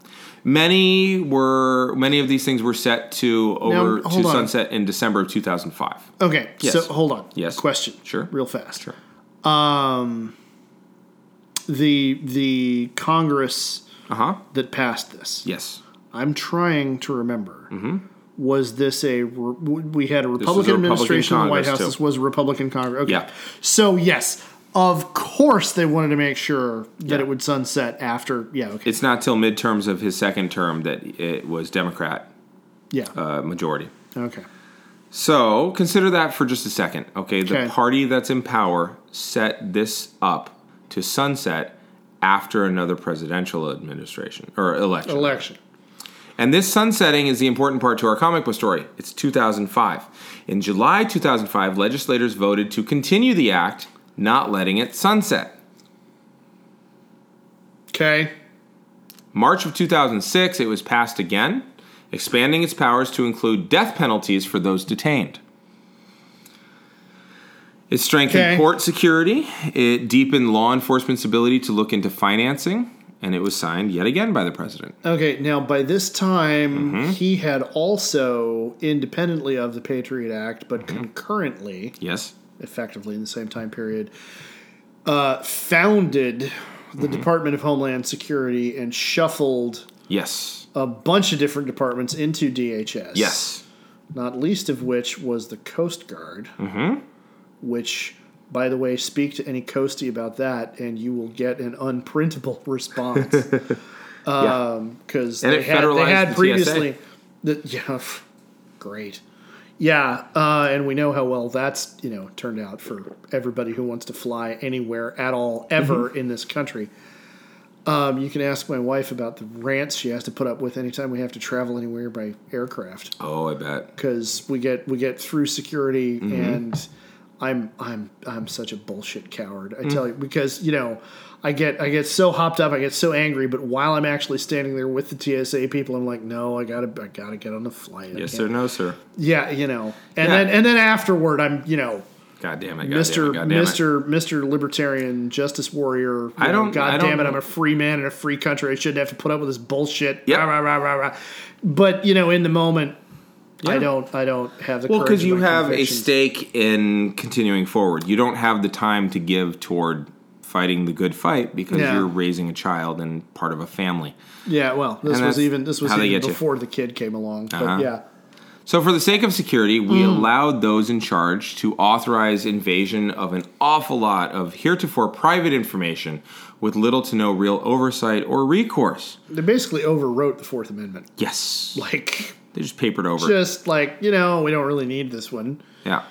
Speaker 2: Many were many of these things were set to over to
Speaker 1: hold on.
Speaker 2: sunset in December of 2005.
Speaker 1: Okay, so
Speaker 2: Yes.
Speaker 1: hold on.
Speaker 2: Yes.
Speaker 1: Question.
Speaker 2: Sure.
Speaker 1: Real fast. Um,
Speaker 2: Sure.
Speaker 1: The the Congress
Speaker 2: Uh huh.
Speaker 1: that passed this.
Speaker 2: Yes.
Speaker 1: I'm trying to remember.
Speaker 2: Mm-hmm.
Speaker 1: Was this a re- we had a Republican
Speaker 2: Republican
Speaker 1: administration in the White
Speaker 2: Congress,
Speaker 1: House?
Speaker 2: too.
Speaker 1: This was a Republican Congress. Okay.
Speaker 2: Yeah.
Speaker 1: So yes, of course they wanted to make sure that it would sunset after. Yeah. Okay.
Speaker 2: It's not till midterms of his second term that it was Democrat
Speaker 1: yeah.
Speaker 2: uh, majority.
Speaker 1: okay.
Speaker 2: So consider that for just a second. Okay, the
Speaker 1: Okay.
Speaker 2: party that's in power set this up to sunset after another presidential administration or election.
Speaker 1: Election.
Speaker 2: And this sunsetting is the important part to our comic book story. It's 2005. In July 2005, legislators voted to continue the act, not letting it sunset.
Speaker 1: Okay.
Speaker 2: March of 2006, it was passed again, expanding its powers to include death penalties for those detained. It strengthened
Speaker 1: Okay.
Speaker 2: court security, it deepened law enforcement's ability to look into financing, and it was signed yet again by the president.
Speaker 1: Okay, now by this time, he had also, independently of the Patriot Act, but concurrently,
Speaker 2: Yes?
Speaker 1: effectively in the same time period, uh, founded the Department of Homeland Security and shuffled
Speaker 2: Yes.
Speaker 1: a bunch of different departments into DHS.
Speaker 2: Yes.
Speaker 1: Not least of which was the Coast Guard, which, by the way, speak to any coastie about that, and you will get an unprintable response.
Speaker 2: yeah.
Speaker 1: uh, because
Speaker 2: And
Speaker 1: Um, they,
Speaker 2: it
Speaker 1: had, they
Speaker 2: federalized
Speaker 1: had
Speaker 2: the
Speaker 1: previously. The, yeah, pff, great. Yeah, uh, and we know how well that's you know turned out for everybody who wants to fly anywhere at all ever
Speaker 2: Mm-hmm.
Speaker 1: in this country. Um, you can ask my wife about the rants she has to put up with anytime we have to travel anywhere by aircraft
Speaker 2: Oh, I bet. Mm-hmm.
Speaker 1: because we get we get through security and I'm I'm I'm such a bullshit coward.
Speaker 2: Mm.
Speaker 1: I tell you because you know I get I get so hopped up, I get so angry. But while I'm actually standing there with the TSA people, I'm like, no, I gotta I gotta get on the flight. I can't-
Speaker 2: Yes, sir. No, sir.
Speaker 1: Yeah, you know, and
Speaker 2: Yeah.
Speaker 1: then and then afterward, I'm you know.
Speaker 2: God damn it, God
Speaker 1: Mr.
Speaker 2: Damn it, God damn it.
Speaker 1: Mr. Mr. Libertarian Justice Warrior. you
Speaker 2: I
Speaker 1: know,
Speaker 2: don't-
Speaker 1: God
Speaker 2: I don't-
Speaker 1: damn it! I'm a free man in a free country. I shouldn't have to put up with this bullshit.
Speaker 2: Yep.
Speaker 1: Rah, rah, rah, rah, rah. But you know, in the moment,
Speaker 2: Yeah.
Speaker 1: I don't. I don't have the.
Speaker 2: Well,
Speaker 1: because
Speaker 2: because you have a
Speaker 1: state.
Speaker 2: stake in continuing forward. You don't have the time to give toward fighting the good fight because
Speaker 1: Yeah.
Speaker 2: you're raising a child and part of a family.
Speaker 1: Yeah. Well, this
Speaker 2: And
Speaker 1: was
Speaker 2: that's
Speaker 1: even. This was
Speaker 2: how they
Speaker 1: even
Speaker 2: get you.
Speaker 1: before the kid came along. But
Speaker 2: Uh-huh.
Speaker 1: yeah.
Speaker 2: So, for the sake of security, we
Speaker 1: Hmm.
Speaker 2: allowed those in charge to authorize invasion of an awful lot of heretofore private information with little to no real oversight or recourse.
Speaker 1: They basically overwrote the Fourth Amendment.
Speaker 2: Yes.
Speaker 1: Like,
Speaker 2: They just papered over. it.
Speaker 1: just like you know, we don't really need this one.
Speaker 2: Yeah.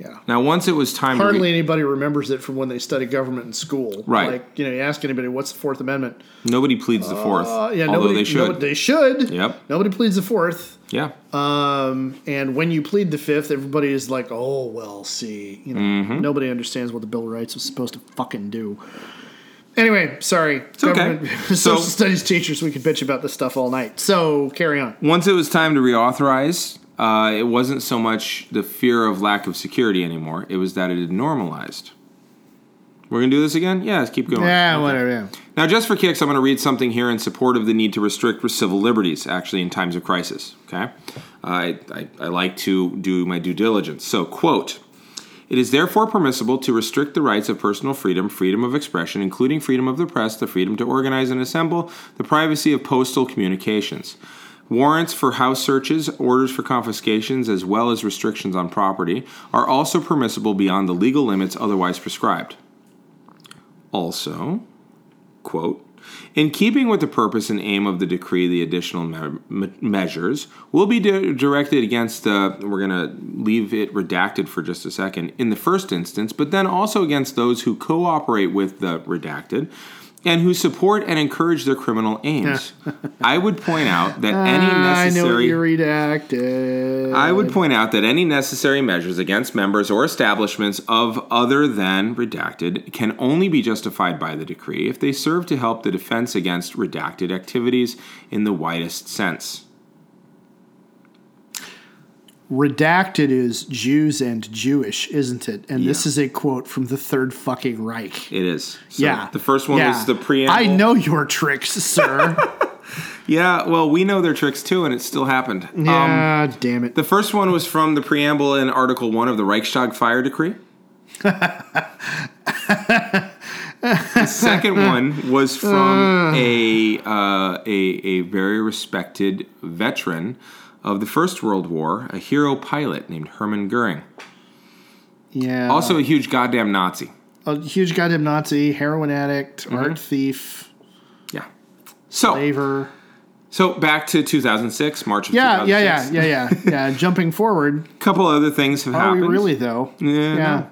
Speaker 1: Yeah.
Speaker 2: Now, once it was time to.
Speaker 1: Hardly
Speaker 2: re-
Speaker 1: anybody remembers it from when they study government in school.
Speaker 2: Right.
Speaker 1: Like, you know, you ask anybody, what's the Fourth Amendment?
Speaker 2: nobody pleads the fourth,
Speaker 1: Uh, yeah,
Speaker 2: although
Speaker 1: nobody,
Speaker 2: they should.
Speaker 1: no- they should.
Speaker 2: Yep.
Speaker 1: Nobody pleads the Fourth.
Speaker 2: yeah.
Speaker 1: Um, and when you plead the Fifth, everybody is like, oh, well, see. You know,
Speaker 2: Mm-hmm.
Speaker 1: Nobody understands what the Bill of Rights was supposed to fucking do. Anyway, sorry. It's
Speaker 2: okay. So-
Speaker 1: Social studies teachers, we could bitch about this stuff all night. So carry on.
Speaker 2: once it was time to reauthorize, uh, it wasn't so much the fear of lack of security anymore. It was that it had normalized. We're gonna do this again? Yeah, let's keep going.
Speaker 1: Yeah, whatever. Yeah.
Speaker 2: Now, just for kicks, I'm going to read something here in support of the need to restrict civil liberties, actually, in times of crisis. Okay? I, I, I like to do my due diligence. So, quote, it is therefore permissible to restrict the rights of personal freedom, freedom of expression, including freedom of the press, the freedom to organize and assemble, the privacy of postal communications. Warrants for house searches, orders for confiscations, as well as restrictions on property are also permissible beyond the legal limits otherwise prescribed. Also, quote, in keeping with the purpose and aim of the decree, the additional me- me- measures will be di- directed against the, we're going to leave it redacted for just a second, in the first instance, but then also against those who cooperate with the redacted and who support and encourage their criminal aims. I would point out that any
Speaker 1: Ah, I know
Speaker 2: necessary.
Speaker 1: you
Speaker 2: Uh,
Speaker 1: redacted.
Speaker 2: I would point out that any necessary measures against members or establishments of other than redacted can only be justified by the decree if they serve to help the defense against redacted activities in the widest sense.
Speaker 1: redacted is Jews and Jewish, isn't it? And this
Speaker 2: Yeah.
Speaker 1: is a quote from the Third fucking Reich.
Speaker 2: It is. So
Speaker 1: yeah.
Speaker 2: The first one
Speaker 1: Yeah.
Speaker 2: was the preamble.
Speaker 1: I know your tricks, sir.
Speaker 2: Yeah, well, we know their tricks too, and it still happened. Um,
Speaker 1: yeah, damn it.
Speaker 2: the first one was from the preamble in Article 1 of the Reichstag Fire Decree. the second one was from a, uh, a, a very respected veteran of the First World War, a hero pilot named Hermann Goering.
Speaker 1: yeah.
Speaker 2: Also a huge goddamn Nazi.
Speaker 1: a huge goddamn Nazi, heroin addict,
Speaker 2: Mm-hmm.
Speaker 1: art thief,
Speaker 2: Yeah. So,
Speaker 1: favor.
Speaker 2: so back to 2006, March of
Speaker 1: Yeah, yeah, yeah,
Speaker 2: 2006.
Speaker 1: yeah, yeah, yeah. Jumping forward,
Speaker 2: A couple other things have
Speaker 1: are we
Speaker 2: happened.
Speaker 1: really though?
Speaker 2: Yeah.
Speaker 1: yeah.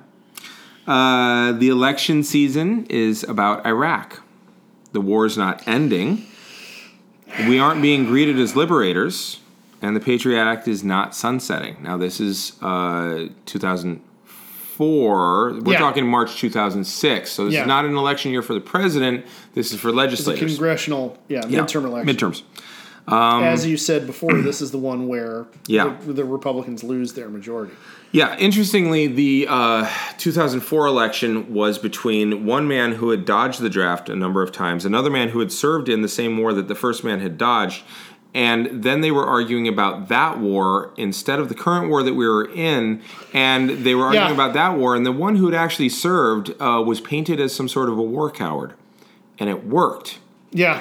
Speaker 2: Uh, the election season is about Iraq. The war's not ending. We aren't being greeted as liberators, and the Patriot Act is not sunsetting. Now, this is uh, 2004. We're
Speaker 1: Yeah.
Speaker 2: talking March 2006. So, this
Speaker 1: Yeah.
Speaker 2: is not an election year for the president. This is for legislators.
Speaker 1: Congressional, yeah,
Speaker 2: Yeah.
Speaker 1: midterm election.
Speaker 2: Midterms.
Speaker 1: As you said before, this is the one where
Speaker 2: Yeah.
Speaker 1: the, the Republicans lose their majority.
Speaker 2: Yeah, interestingly, the uh, 2004 election was between one man who had dodged the draft a number of times, another man who had served in the same war that the first man had dodged, and then they were arguing about that war instead of the current war that we were in, and they were arguing
Speaker 1: Yeah.
Speaker 2: about that war, and the one who had actually served uh, was painted as some sort of a war coward, and it worked.
Speaker 1: Yeah,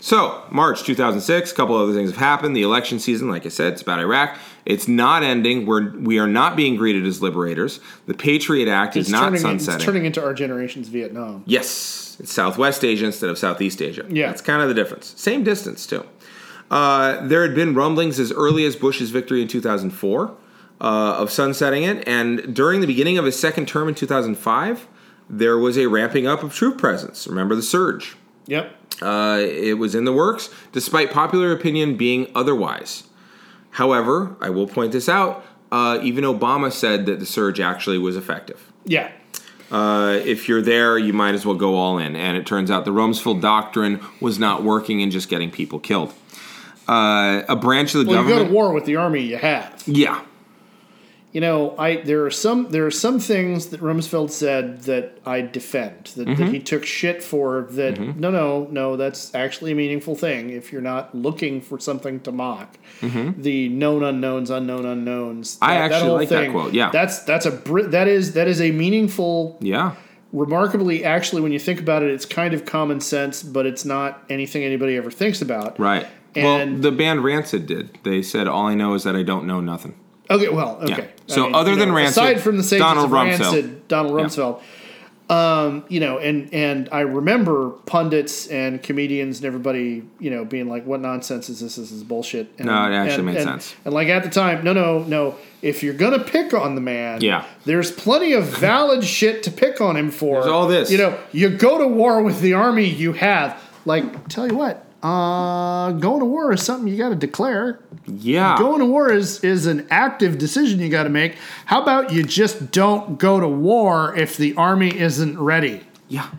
Speaker 2: So, March 2006, a couple other things have happened. The election season, like I said, it's about Iraq. It's not ending. We're, we are not being greeted as liberators. The Patriot Act is
Speaker 1: it's
Speaker 2: not
Speaker 1: turning,
Speaker 2: sunsetting.
Speaker 1: It's turning into our generation's Vietnam.
Speaker 2: Yes, it's Southwest Asia instead of Southeast Asia.
Speaker 1: Yeah.
Speaker 2: that's kind of the difference. Same distance too. Uh, there had been rumblings as early as Bush's victory in 2004 uh, of sunsetting it, and during the beginning of his second term in 2005, there was a ramping up of troop presence. Remember the surge.
Speaker 1: Yep.
Speaker 2: Uh, it was in the works, despite popular opinion being otherwise. However, I will point this out Uh, even Obama said that the surge actually was effective.
Speaker 1: Yeah.
Speaker 2: Uh, if you're there, you might as well go all in. And it turns out the Rumsfeld doctrine was not working and just getting people killed. Uh, a branch of the
Speaker 1: Well, you go
Speaker 2: government.
Speaker 1: to war with the army you have.
Speaker 2: yeah.
Speaker 1: You know, I there are some there are some things that Rumsfeld said that I defend that, that
Speaker 2: Mm-hmm.
Speaker 1: he took shit for. That no, no, no, that's actually a meaningful thing. If you're not looking for something to mock, the known unknowns, unknown unknowns.
Speaker 2: Mm-hmm. I actually like that quote, yeah.
Speaker 1: that's that's a br- that is that is a meaningful
Speaker 2: Yeah.
Speaker 1: remarkably actually when you think about it it's kind of common sense but it's not anything anybody ever thinks about
Speaker 2: Right. well,
Speaker 1: And-
Speaker 2: the band Rancid did. They said, All I know is that I don't know nothing.
Speaker 1: okay well okay
Speaker 2: So other
Speaker 1: you
Speaker 2: than Rancid,
Speaker 1: aside from the safety
Speaker 2: Donald
Speaker 1: of
Speaker 2: Rumsfeld.
Speaker 1: Rancid, donald rumsfeld um, you know and and i remember pundits and comedians and everybody you know being like what nonsense is this this is bullshit and,
Speaker 2: No, it actually
Speaker 1: and-
Speaker 2: made
Speaker 1: and-
Speaker 2: sense.
Speaker 1: and like at the time no no no if you're gonna pick on the man
Speaker 2: Yeah.
Speaker 1: there's plenty of valid shit to pick on him for
Speaker 2: There's all this.
Speaker 1: you know you go to war with the army you have like tell you what uh, going to war is something you got to declare.
Speaker 2: Yeah.
Speaker 1: Going to war is is an active decision you got to make. How about you just don't go to war if the army isn't ready?
Speaker 2: yeah.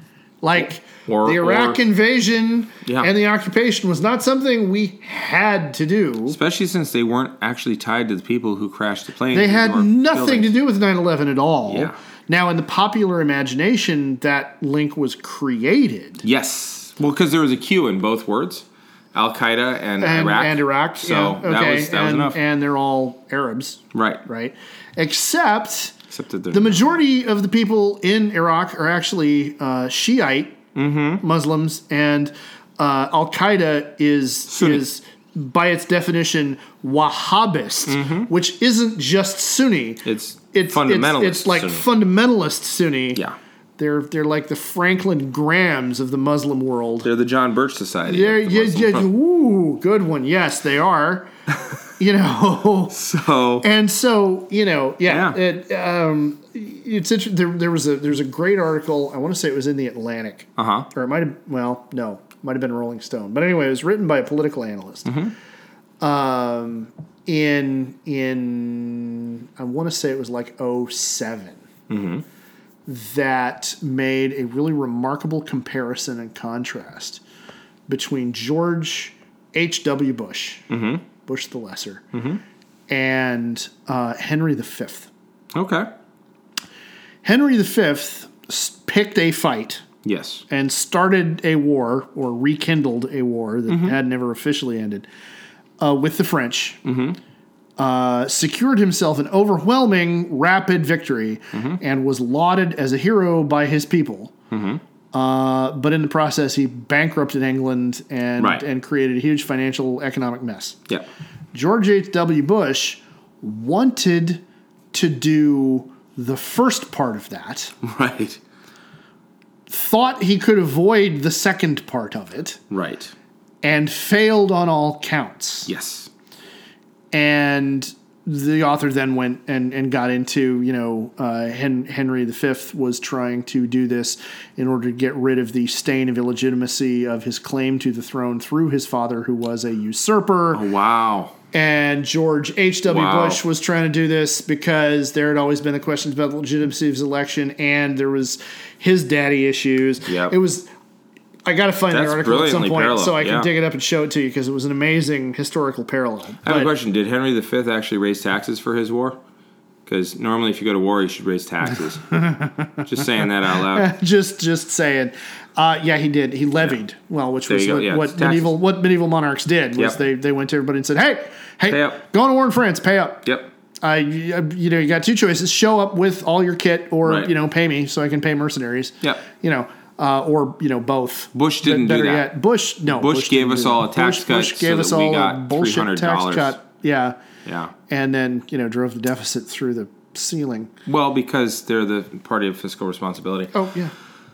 Speaker 1: Like
Speaker 2: Or-
Speaker 1: the Iraq
Speaker 2: or-
Speaker 1: invasion
Speaker 2: Yeah.
Speaker 1: and the occupation was not something we had to do.
Speaker 2: Especially since they weren't actually tied to the people who crashed the plane.
Speaker 1: They had nothing to do with 9/11 at all.
Speaker 2: Yeah.
Speaker 1: Now in the popular imagination that link was created.
Speaker 2: Yes. Well, because there was a Q in both words Al Qaeda and,
Speaker 1: and
Speaker 2: Iraq.
Speaker 1: Iraq. And Iraq
Speaker 2: So
Speaker 1: yeah, okay.
Speaker 2: that was, that
Speaker 1: and,
Speaker 2: was enough.
Speaker 1: and they're all Arabs,
Speaker 2: right.
Speaker 1: right? Except
Speaker 2: Except that they're.
Speaker 1: the majority of the people in Iraq are actually uh, Shiite
Speaker 2: Mm-hmm.
Speaker 1: Muslims, and uh, Al Qaeda is is by its definition Wahhabist,
Speaker 2: Mm-hmm.
Speaker 1: which isn't just Sunni.
Speaker 2: it's,
Speaker 1: It's
Speaker 2: fundamentalist.
Speaker 1: It's, it's like
Speaker 2: Sunni.
Speaker 1: fundamentalist Sunni.
Speaker 2: yeah.
Speaker 1: They're they're like the Franklin Grahams of the Muslim world.
Speaker 2: They're the John Birch Society.
Speaker 1: Yeah,
Speaker 2: of the
Speaker 1: yeah,
Speaker 2: Muslim
Speaker 1: yeah.
Speaker 2: Front.
Speaker 1: Ooh, good one. Yes, they are. you know,
Speaker 2: So
Speaker 1: and so you know, yeah.
Speaker 2: Yeah.
Speaker 1: It, um, it's inter- there, there was a there's a great article. I want to say it was in the Atlantic,
Speaker 2: uh huh.
Speaker 1: or it might have well, no, might have been Rolling Stone. But anyway, it was written by a political analyst. Um, in in I want to say it was like 7 that made a really remarkable comparison and contrast between George H.W. Bush, Bush the Lesser, and uh, Henry V.
Speaker 2: Okay.
Speaker 1: Henry V s- picked a fight
Speaker 2: Yes.
Speaker 1: and started a war or rekindled a war that had never officially ended uh, with the French. Uh, secured himself an overwhelming, rapid victory and was lauded as a hero by his people. Uh, but in the process, he bankrupted England and
Speaker 2: Right.
Speaker 1: and created a huge financial economic mess.
Speaker 2: Yeah.
Speaker 1: George H.W. Bush wanted to do the first part of that
Speaker 2: Right.
Speaker 1: thought he could avoid the second part of it
Speaker 2: Right.
Speaker 1: and failed on all counts.
Speaker 2: Yes.
Speaker 1: And the author then went and, and got into, you know, uh, Hen- Henry V was trying to do this in order to get rid of the stain of illegitimacy of his claim to the throne through his father, who was a usurper.
Speaker 2: Oh, Wow.
Speaker 1: And George H.W.
Speaker 2: Wow.
Speaker 1: Bush was trying to do this because there had always been the questions about the legitimacy of his election, and there was his daddy issues.
Speaker 2: Yep.
Speaker 1: It was. I got to find
Speaker 2: That's
Speaker 1: the article at some
Speaker 2: brilliantly
Speaker 1: point
Speaker 2: parallel,
Speaker 1: so I can
Speaker 2: yeah.
Speaker 1: dig it up and show it to you because it was an amazing historical parallel.
Speaker 2: I have a
Speaker 1: But-
Speaker 2: question. Did Henry V actually raise taxes for his war? Because normally, if you go to war, you should raise taxes. Just saying that out loud.
Speaker 1: just just saying. Uh, yeah, he did. He levied. Well, which was
Speaker 2: you go.
Speaker 1: what,
Speaker 2: Yeah,
Speaker 1: what
Speaker 2: it's
Speaker 1: medieval what medieval monarchs did was
Speaker 2: Yep.
Speaker 1: they they went to everybody and said, "Hey, hey,
Speaker 2: Pay up.
Speaker 1: going to war in France, pay up."
Speaker 2: Yep.
Speaker 1: I, you know, you got two choices: show up with all your kit, or
Speaker 2: Right.
Speaker 1: you know, pay me so I can pay mercenaries.
Speaker 2: Yep.
Speaker 1: You know, uh, or you know, both.
Speaker 2: Bush didn't
Speaker 1: Better
Speaker 2: do that.
Speaker 1: yet, Bush. No,
Speaker 2: Bush gave
Speaker 1: didn't
Speaker 2: us
Speaker 1: do
Speaker 2: all a
Speaker 1: that.
Speaker 2: tax
Speaker 1: Bush,
Speaker 2: cut
Speaker 1: Bush
Speaker 2: so
Speaker 1: gave
Speaker 2: that
Speaker 1: us
Speaker 2: we
Speaker 1: all a
Speaker 2: got
Speaker 1: bullshit tax
Speaker 2: $300.
Speaker 1: cut. Yeah,
Speaker 2: Yeah.
Speaker 1: and then you know, drove the deficit through the ceiling.
Speaker 2: Well, because they're the party of fiscal responsibility.
Speaker 1: Oh yeah.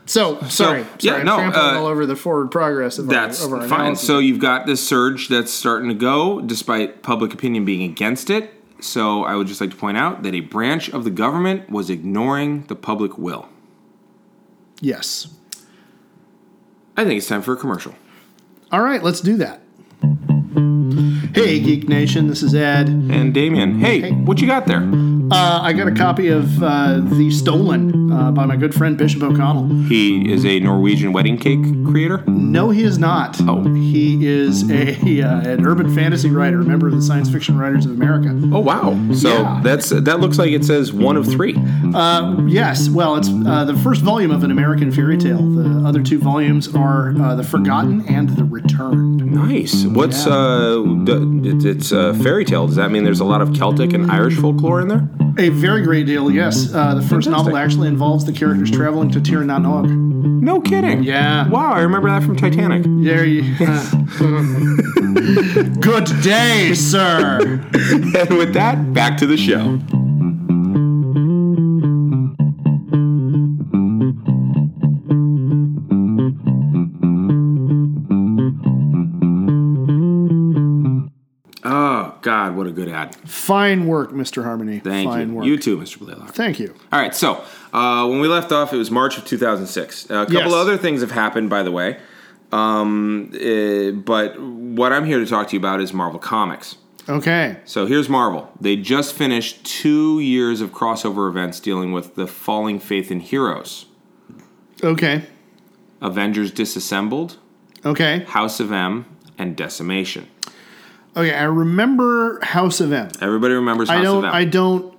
Speaker 1: So sorry, sorry,
Speaker 2: yeah,
Speaker 1: I'm
Speaker 2: no,
Speaker 1: trampling
Speaker 2: uh,
Speaker 1: all over the forward progress of
Speaker 2: That's
Speaker 1: our, of our
Speaker 2: fine.
Speaker 1: analysis.
Speaker 2: So you've got this surge that's starting to go, despite public opinion being against it. So I would just like to point out that a branch of the government was ignoring the public will.
Speaker 1: yes.
Speaker 2: I think it's time for a commercial.
Speaker 1: All right, let's do that. Hey, Geek Nation, this is Ed.
Speaker 2: And Damien, hey, what you got there?
Speaker 1: Uh, I got a copy of uh, The Stolen uh, by my good friend Bishop O'Connell.
Speaker 2: He is a Norwegian wedding cake creator.
Speaker 1: No, he is not.
Speaker 2: Oh.
Speaker 1: He is a uh, an urban fantasy writer, a member of the Science Fiction Writers of America.
Speaker 2: Oh wow! So
Speaker 1: Yeah.
Speaker 2: that's that looks like it says one of three.
Speaker 1: Yes, well, it's uh, the first volume of an American fairy tale. The other two volumes are uh, The Forgotten and The Returned.
Speaker 2: Nice. What's uh? d- it- It's a fairy tale. Does that mean there's a lot of Celtic and Irish folklore in there?
Speaker 1: A very great deal, yes. Uh, the first novel actually involves the characters traveling to Tir na Nog.
Speaker 2: No kidding.
Speaker 1: Yeah.
Speaker 2: Wow, I remember that from Titanic.
Speaker 1: There you. good day, sir.
Speaker 2: And with that, back to the show. Oh God, what a good ad!
Speaker 1: Fine work, Mr. Harmony.
Speaker 2: Thank
Speaker 1: Fine
Speaker 2: you.
Speaker 1: work.
Speaker 2: You too, Mr. Blaylock.
Speaker 1: Thank you.
Speaker 2: All right, so uh, when we left off, it was March of 2006. A couple
Speaker 1: Yes.
Speaker 2: other things have happened, by the way, um, eh, but what I'm here to talk to you about is Marvel Comics.
Speaker 1: Okay.
Speaker 2: So here's Marvel. They just finished two years of crossover events dealing with the falling faith in heroes,
Speaker 1: Okay.
Speaker 2: Avengers Disassembled,
Speaker 1: Okay.
Speaker 2: House of M, and Decimation.
Speaker 1: Okay. I remember House of M.
Speaker 2: Everybody remembers House
Speaker 1: I don't.
Speaker 2: of M.
Speaker 1: I don't.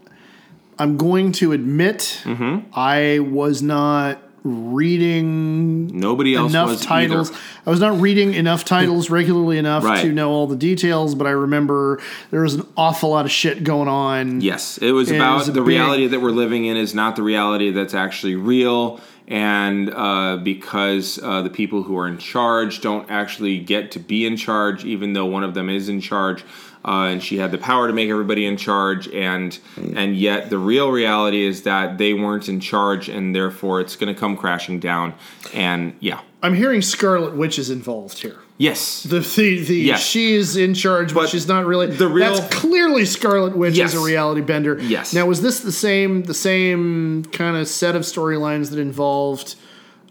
Speaker 1: I'm going to admit
Speaker 2: Mm-hmm.
Speaker 1: I was not reading
Speaker 2: Nobody else
Speaker 1: enough
Speaker 2: was
Speaker 1: titles.
Speaker 2: either.
Speaker 1: I was not reading enough titles regularly enough
Speaker 2: Right.
Speaker 1: to know all the details, but I remember there was an awful lot of shit going on.
Speaker 2: Yes, it was
Speaker 1: It
Speaker 2: about
Speaker 1: was a
Speaker 2: the
Speaker 1: big-
Speaker 2: reality that we're living in is not the reality that's actually real, and uh, because uh, the people who are in charge don't actually get to be in charge, even though one of them is in charge, uh, and she had the power to make everybody in charge, and
Speaker 1: Mm.
Speaker 2: and yet the real reality is that they weren't in charge, and therefore it's going to come crashing down, and yeah,
Speaker 1: I'm hearing Scarlet Witch is involved here.
Speaker 2: yes,
Speaker 1: The the, the
Speaker 2: Yes.
Speaker 1: she is in charge, but,
Speaker 2: But
Speaker 1: she's not really.
Speaker 2: the real-
Speaker 1: that's clearly Scarlet Witch
Speaker 2: Yes.
Speaker 1: is a reality bender.
Speaker 2: Yes.
Speaker 1: Now was this the same the same kind of set of storylines that involved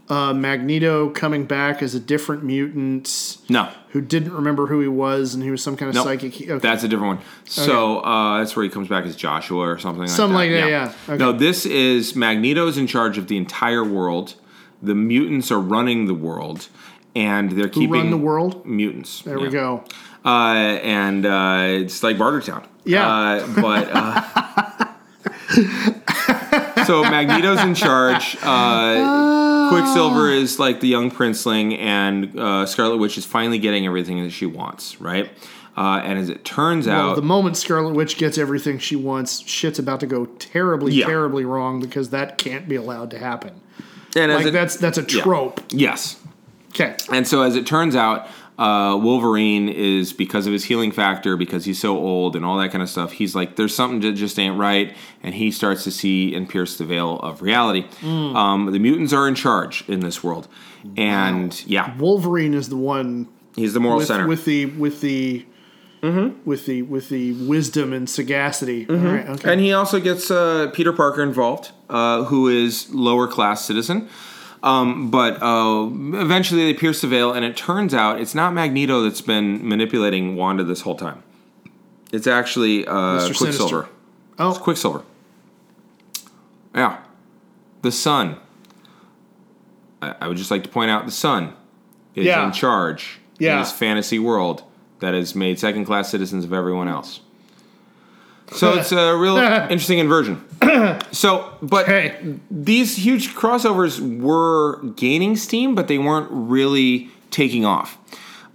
Speaker 1: uh, Magneto coming back as a different mutant
Speaker 2: no,
Speaker 1: who didn't remember who he was and he uh, was some kind of
Speaker 2: Nope.
Speaker 1: psychic? Okay.
Speaker 2: That's a different one. So uh, that's where he comes back as Joshua or something like
Speaker 1: Something
Speaker 2: that.
Speaker 1: like that, yeah.
Speaker 2: No,
Speaker 1: Okay.
Speaker 2: this is Magneto's in charge of the entire world. The mutants are running the world, and they're keeping
Speaker 1: run the world.
Speaker 2: mutants.
Speaker 1: There we go.
Speaker 2: Uh, and uh, it's like Bartertown.
Speaker 1: Yeah.
Speaker 2: Uh, but. Uh, so Magneto's in charge. Uh, Quicksilver is like the young princeling, and uh, Scarlet Witch is finally getting everything that she wants, right? Uh, and as it turns
Speaker 1: Well,
Speaker 2: out,
Speaker 1: the moment Scarlet Witch gets everything she wants, shit's about to go terribly,
Speaker 2: Yeah.
Speaker 1: terribly wrong because that can't be allowed to happen.
Speaker 2: and as
Speaker 1: Like
Speaker 2: it-
Speaker 1: that's that's a
Speaker 2: yeah.
Speaker 1: trope.
Speaker 2: Yes,
Speaker 1: Okay.
Speaker 2: And so, as it turns out, uh, Wolverine is because of his healing factor, because he's so old and all that kind of stuff. He's like, there's something that just ain't right, and he starts to see and pierce the veil of reality.
Speaker 1: Mm.
Speaker 2: Um, the mutants are in charge in this world, and yeah,
Speaker 1: Wolverine is the one
Speaker 2: he's the moral
Speaker 1: with,
Speaker 2: center. Mm-hmm.
Speaker 1: with the with the with the with the wisdom and sagacity. All right, okay.
Speaker 2: And he also gets uh, Peter Parker involved, uh, who is lower class citizen. Um, but uh, eventually they pierce the veil, and it turns out it's not Magneto that's been manipulating Wanda this whole time. It's actually uh,
Speaker 1: Mr. Sinister.
Speaker 2: Quicksilver.
Speaker 1: Oh.
Speaker 2: It's Quicksilver. Yeah, the Sun. I, I would just like to point out the Sun is
Speaker 1: Yeah.
Speaker 2: in charge
Speaker 1: Yeah.
Speaker 2: in this fantasy world that has made second class citizens of everyone else. So it's uh, a real interesting inversion. So, but
Speaker 1: Hey.
Speaker 2: these huge crossovers were gaining steam, but they weren't really taking off.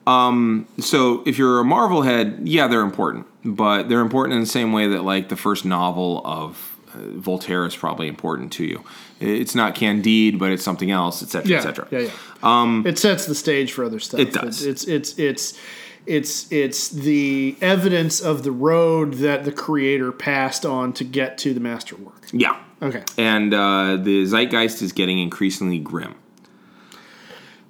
Speaker 2: Um, so if you're a Marvel head, yeah, they're important, but they're important in the same way that like the first novel of uh, Voltaire is probably important to you. It's not Candide, but it's something else, etc.,
Speaker 1: yeah,
Speaker 2: etc.
Speaker 1: yeah, yeah. it sets the stage for other stuff.
Speaker 2: Um, It does.
Speaker 1: It's it's it's it's it's the evidence of the road that the creator passed on to get to the masterwork.
Speaker 2: yeah.
Speaker 1: Okay.
Speaker 2: And uh, the zeitgeist is getting increasingly grim.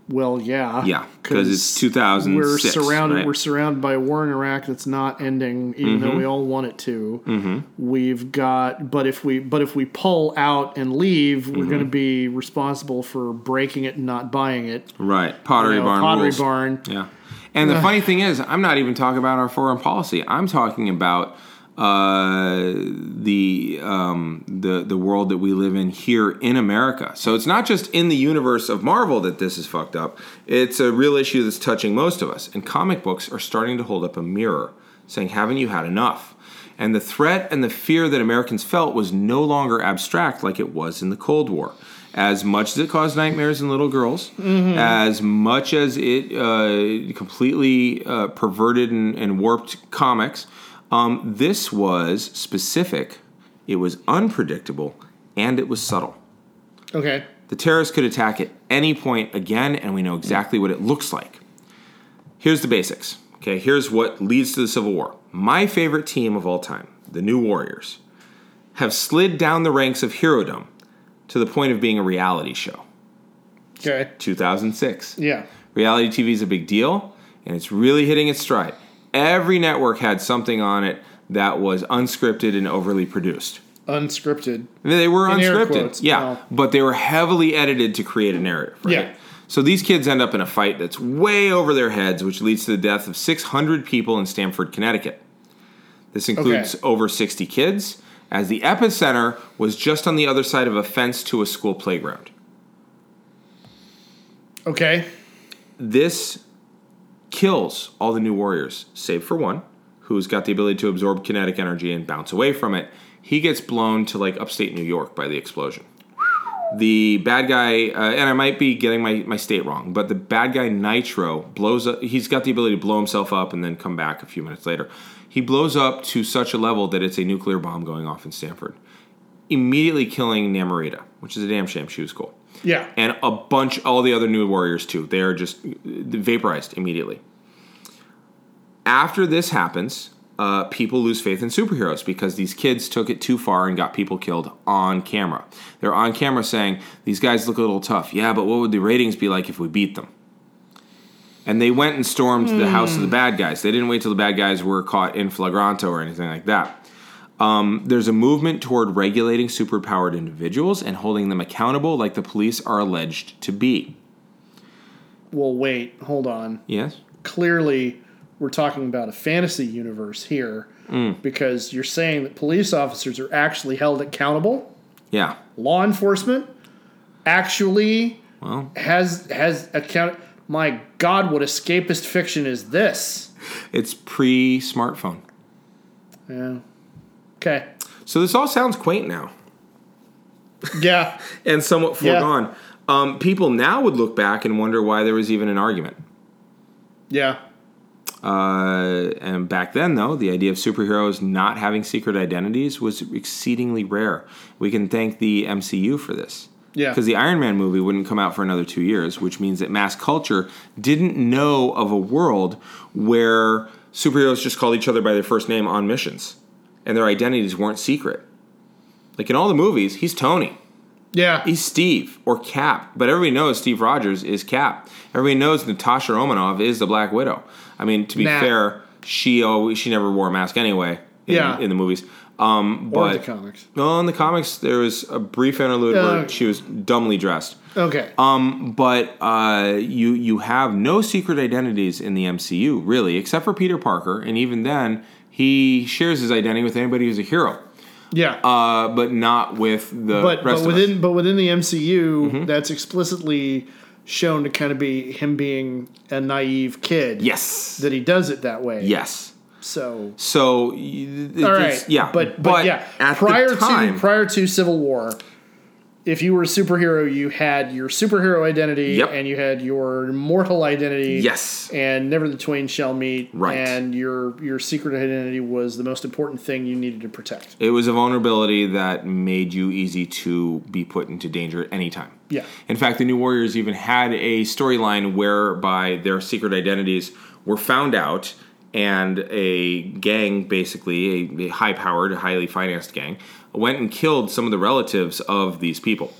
Speaker 1: Well, yeah.
Speaker 2: Yeah, because it's 2006.
Speaker 1: We're surrounded.
Speaker 2: right?
Speaker 1: We're surrounded by a war in Iraq that's not ending, even though
Speaker 2: Mm-hmm.
Speaker 1: we all want it to. We've got, but if we, but if we pull out and leave,
Speaker 2: Mm-hmm.
Speaker 1: we're going to be responsible for breaking it and not buying it.
Speaker 2: Right. Pottery
Speaker 1: You know,
Speaker 2: barn.
Speaker 1: Pottery
Speaker 2: rules.
Speaker 1: Barn.
Speaker 2: Yeah. And the funny thing is, I'm not even talking about our foreign policy. I'm talking about uh, the um, the the world that we live in here in America. So it's not just in the universe of Marvel that this is fucked up. It's a real issue that's touching most of us. And comic books are starting to hold up a mirror, saying, "Haven't you had enough?" And the threat and the fear that Americans felt was no longer abstract like it was in the Cold War. As much as it caused nightmares in little girls, as much as it uh, completely uh, perverted and, and warped comics, um, this was specific, it was unpredictable, and it was subtle.
Speaker 1: Okay.
Speaker 2: The terrorists could attack at any point again, and we know exactly what it looks like. Here's the basics. Okay, here's what leads to the Civil War. My favorite team of all time, the New Warriors, have slid down the ranks of herodom to the point of being a reality show.
Speaker 1: Okay.
Speaker 2: 2006.
Speaker 1: Yeah.
Speaker 2: Reality TV is a big deal, and it's really hitting its stride. Every network had something on it that was unscripted and overly produced.
Speaker 1: Unscripted.
Speaker 2: They were
Speaker 1: In air
Speaker 2: unscripted.
Speaker 1: quotes,
Speaker 2: yeah.
Speaker 1: no.
Speaker 2: But they were heavily edited to create a narrative, right?
Speaker 1: Yeah.
Speaker 2: So these kids end up in a fight that's way over their heads, which leads to the death of 600 people in Stamford, Connecticut. This includes over 60 kids, as the epicenter was just on the other side of a fence to a school playground.
Speaker 1: Okay.
Speaker 2: This kills all the new warriors, save for one, who's got the ability to absorb kinetic energy and bounce away from it. He gets blown to like upstate New York by the explosion. The bad guy, uh, and I might be getting my, my state wrong, but the bad guy Nitro blows up. He's got the ability to blow himself up and then come back a few minutes later. He blows up to such a level that it's a nuclear bomb going off in Stanford, immediately killing Namorita, which is a damn shame. She was cool
Speaker 1: Yeah.
Speaker 2: and a bunch all the other new warriors too. They are just uh, vaporized immediately. After this happens, uh, people lose faith in superheroes because these kids took it too far and got people killed on camera. They're on camera saying these guys look a little tough. Yeah, but what would the ratings be like if we beat them? And they went and stormed the house of the bad guys. They didn't wait till the bad guys were caught in flagranto or anything like that there's a movement toward regulating superpowered individuals and holding them accountable like the police are alleged to be.
Speaker 1: Well, wait. Hold on.
Speaker 2: Yes?
Speaker 1: Clearly, we're talking about a fantasy universe here
Speaker 2: Mm.
Speaker 1: because you're saying that police officers are actually held accountable.
Speaker 2: Yeah.
Speaker 1: Law enforcement actually
Speaker 2: Well,
Speaker 1: has has account. My God, what escapist fiction is this?
Speaker 2: it's pre smartphone.
Speaker 1: Yeah. Okay.
Speaker 2: So this all sounds quaint now
Speaker 1: Yeah.
Speaker 2: and somewhat
Speaker 1: Yeah.
Speaker 2: foregone. Um, people now would look back and wonder why there was even an argument.
Speaker 1: Yeah.
Speaker 2: Uh, and back then, though, the idea of superheroes not having secret identities was exceedingly rare. We can thank the MCU for this.
Speaker 1: Yeah.
Speaker 2: Because the Iron Man movie wouldn't come out for another two years, which means that mass culture didn't know of a world where superheroes just called each other by their first name on missions and their identities weren't secret. Like in all the movies, he's Tony
Speaker 1: Yeah.
Speaker 2: he's Steve or Cap, but everybody knows Steve Rogers is Cap. Everybody knows Natasha Romanoff is the Black Widow. I mean, to be
Speaker 1: Nah.
Speaker 2: fair, she always, she never wore a mask anyway. In,
Speaker 1: Yeah.
Speaker 2: in the movies, um,
Speaker 1: Or the
Speaker 2: but
Speaker 1: comics.
Speaker 2: no, in the comics there was a brief interlude
Speaker 1: Uh,
Speaker 2: where she was dumbly dressed.
Speaker 1: Okay.
Speaker 2: Um, but uh, you you have no secret identities in the MCU really, except for Peter Parker, and even then he shares his identity with anybody who's a hero,
Speaker 1: yeah.
Speaker 2: uh, but not with the
Speaker 1: but
Speaker 2: rest
Speaker 1: but
Speaker 2: of us. Mm-hmm.
Speaker 1: within but within the MCU, that's explicitly shown to kind of be him being a naive kid.
Speaker 2: Yes.
Speaker 1: That he does it that way.
Speaker 2: Yes.
Speaker 1: So
Speaker 2: So, y- it-
Speaker 1: all right.
Speaker 2: it's- yeah,
Speaker 1: But but, yeah. prior to prior to Civil War, if you were a superhero, you had your superhero identity
Speaker 2: Yep.
Speaker 1: and you had your mortal identity.
Speaker 2: yes,
Speaker 1: And never the twain shall meet.
Speaker 2: Right.
Speaker 1: And your your secret identity was the most important thing you needed to protect.
Speaker 2: it was a vulnerability that made you easy to be put into danger at any time.
Speaker 1: Yeah.
Speaker 2: In fact, the New Warriors even had a storyline whereby their secret identities were found out, and a gang, basically a, a high-powered, highly financed gang, went and killed some of the relatives of these people.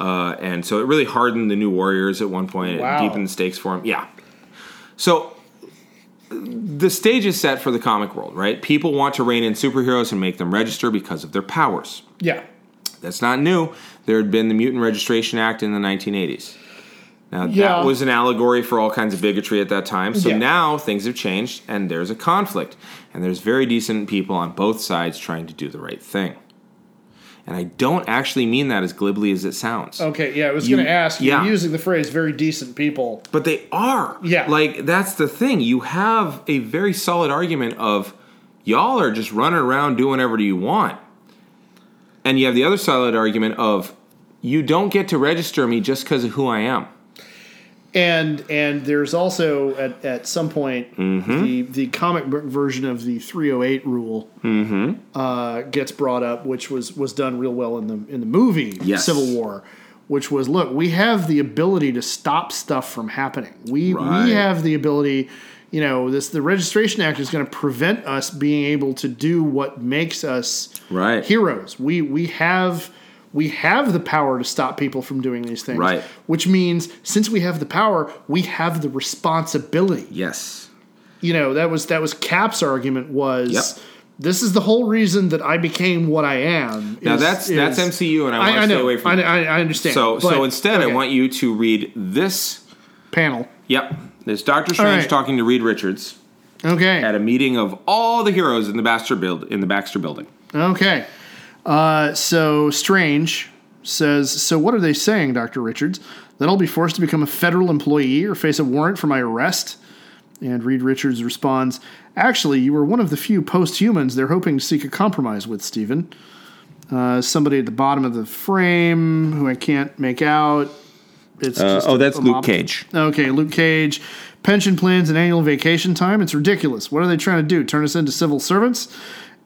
Speaker 2: Uh, and so it really hardened the New Warriors at one point.
Speaker 1: Wow.
Speaker 2: It deepened the stakes for them. Yeah. So the stage is set for the comic world, right? People want to rein in superheroes and make them register because of their powers.
Speaker 1: Yeah.
Speaker 2: That's not new. There had been the Mutant Registration Act in the 1980s. Now,
Speaker 1: Yeah.
Speaker 2: that was an allegory for all kinds of bigotry at that time. So
Speaker 1: Yeah.
Speaker 2: now things have changed and there's a conflict. And there's very decent people on both sides trying to do the right thing. And I don't actually mean that as glibly as it sounds.
Speaker 1: Okay, yeah, I was
Speaker 2: You-
Speaker 1: going to ask.
Speaker 2: yeah.
Speaker 1: You're using the phrase "very decent people."
Speaker 2: But they are.
Speaker 1: Yeah.
Speaker 2: Like that's the thing. You have a very solid argument of y'all are just running around doing whatever you want. And you have the other solid argument of you don't get to register me just because of who I am.
Speaker 1: And and there's also at, at some point
Speaker 2: Mm-hmm.
Speaker 1: the the comic book version of the 308 rule
Speaker 2: Mm-hmm.
Speaker 1: uh, gets brought up, which was was done real well in the in the movie
Speaker 2: Yes.
Speaker 1: Civil War, which was look we have the ability to stop stuff from happening. We
Speaker 2: Right.
Speaker 1: we have the ability. You know, this the Registration Act is going to prevent us being able to do what makes us
Speaker 2: Right.
Speaker 1: heroes. We we have we have the power to stop people from doing these things.
Speaker 2: Right.
Speaker 1: Which means since we have the power, we have the responsibility.
Speaker 2: Yes.
Speaker 1: You know, that was that was Cap's argument was
Speaker 2: Yep.
Speaker 1: this is the whole reason that I became what I am.
Speaker 2: Now
Speaker 1: is-
Speaker 2: that's
Speaker 1: is-
Speaker 2: that's MCU and I want to stay
Speaker 1: know,
Speaker 2: away from
Speaker 1: I,
Speaker 2: that.
Speaker 1: I, I understand.
Speaker 2: So
Speaker 1: but-
Speaker 2: so instead
Speaker 1: okay,
Speaker 2: I want you to read this.
Speaker 1: panel.
Speaker 2: Yep. There's Doctor Strange
Speaker 1: right.
Speaker 2: talking to Reed Richards
Speaker 1: Okay.
Speaker 2: at a meeting of all the heroes in the Baxter build in the Baxter building.
Speaker 1: Okay. Uh, so Strange says, So what are they saying, Dr. Richards? That I'll be forced to become a federal employee or face a warrant for my arrest? And Reed Richards responds, Actually, you were one of the few post humans they're hoping to seek a compromise with, Stephen. Uh, somebody at the bottom of the frame who I can't make out. It's
Speaker 2: Uh,
Speaker 1: just a- a mob-
Speaker 2: oh, Cage.
Speaker 1: Okay, Luke Cage. Pension plans and annual vacation time. It's ridiculous. What are they trying to do? Turn us into civil servants?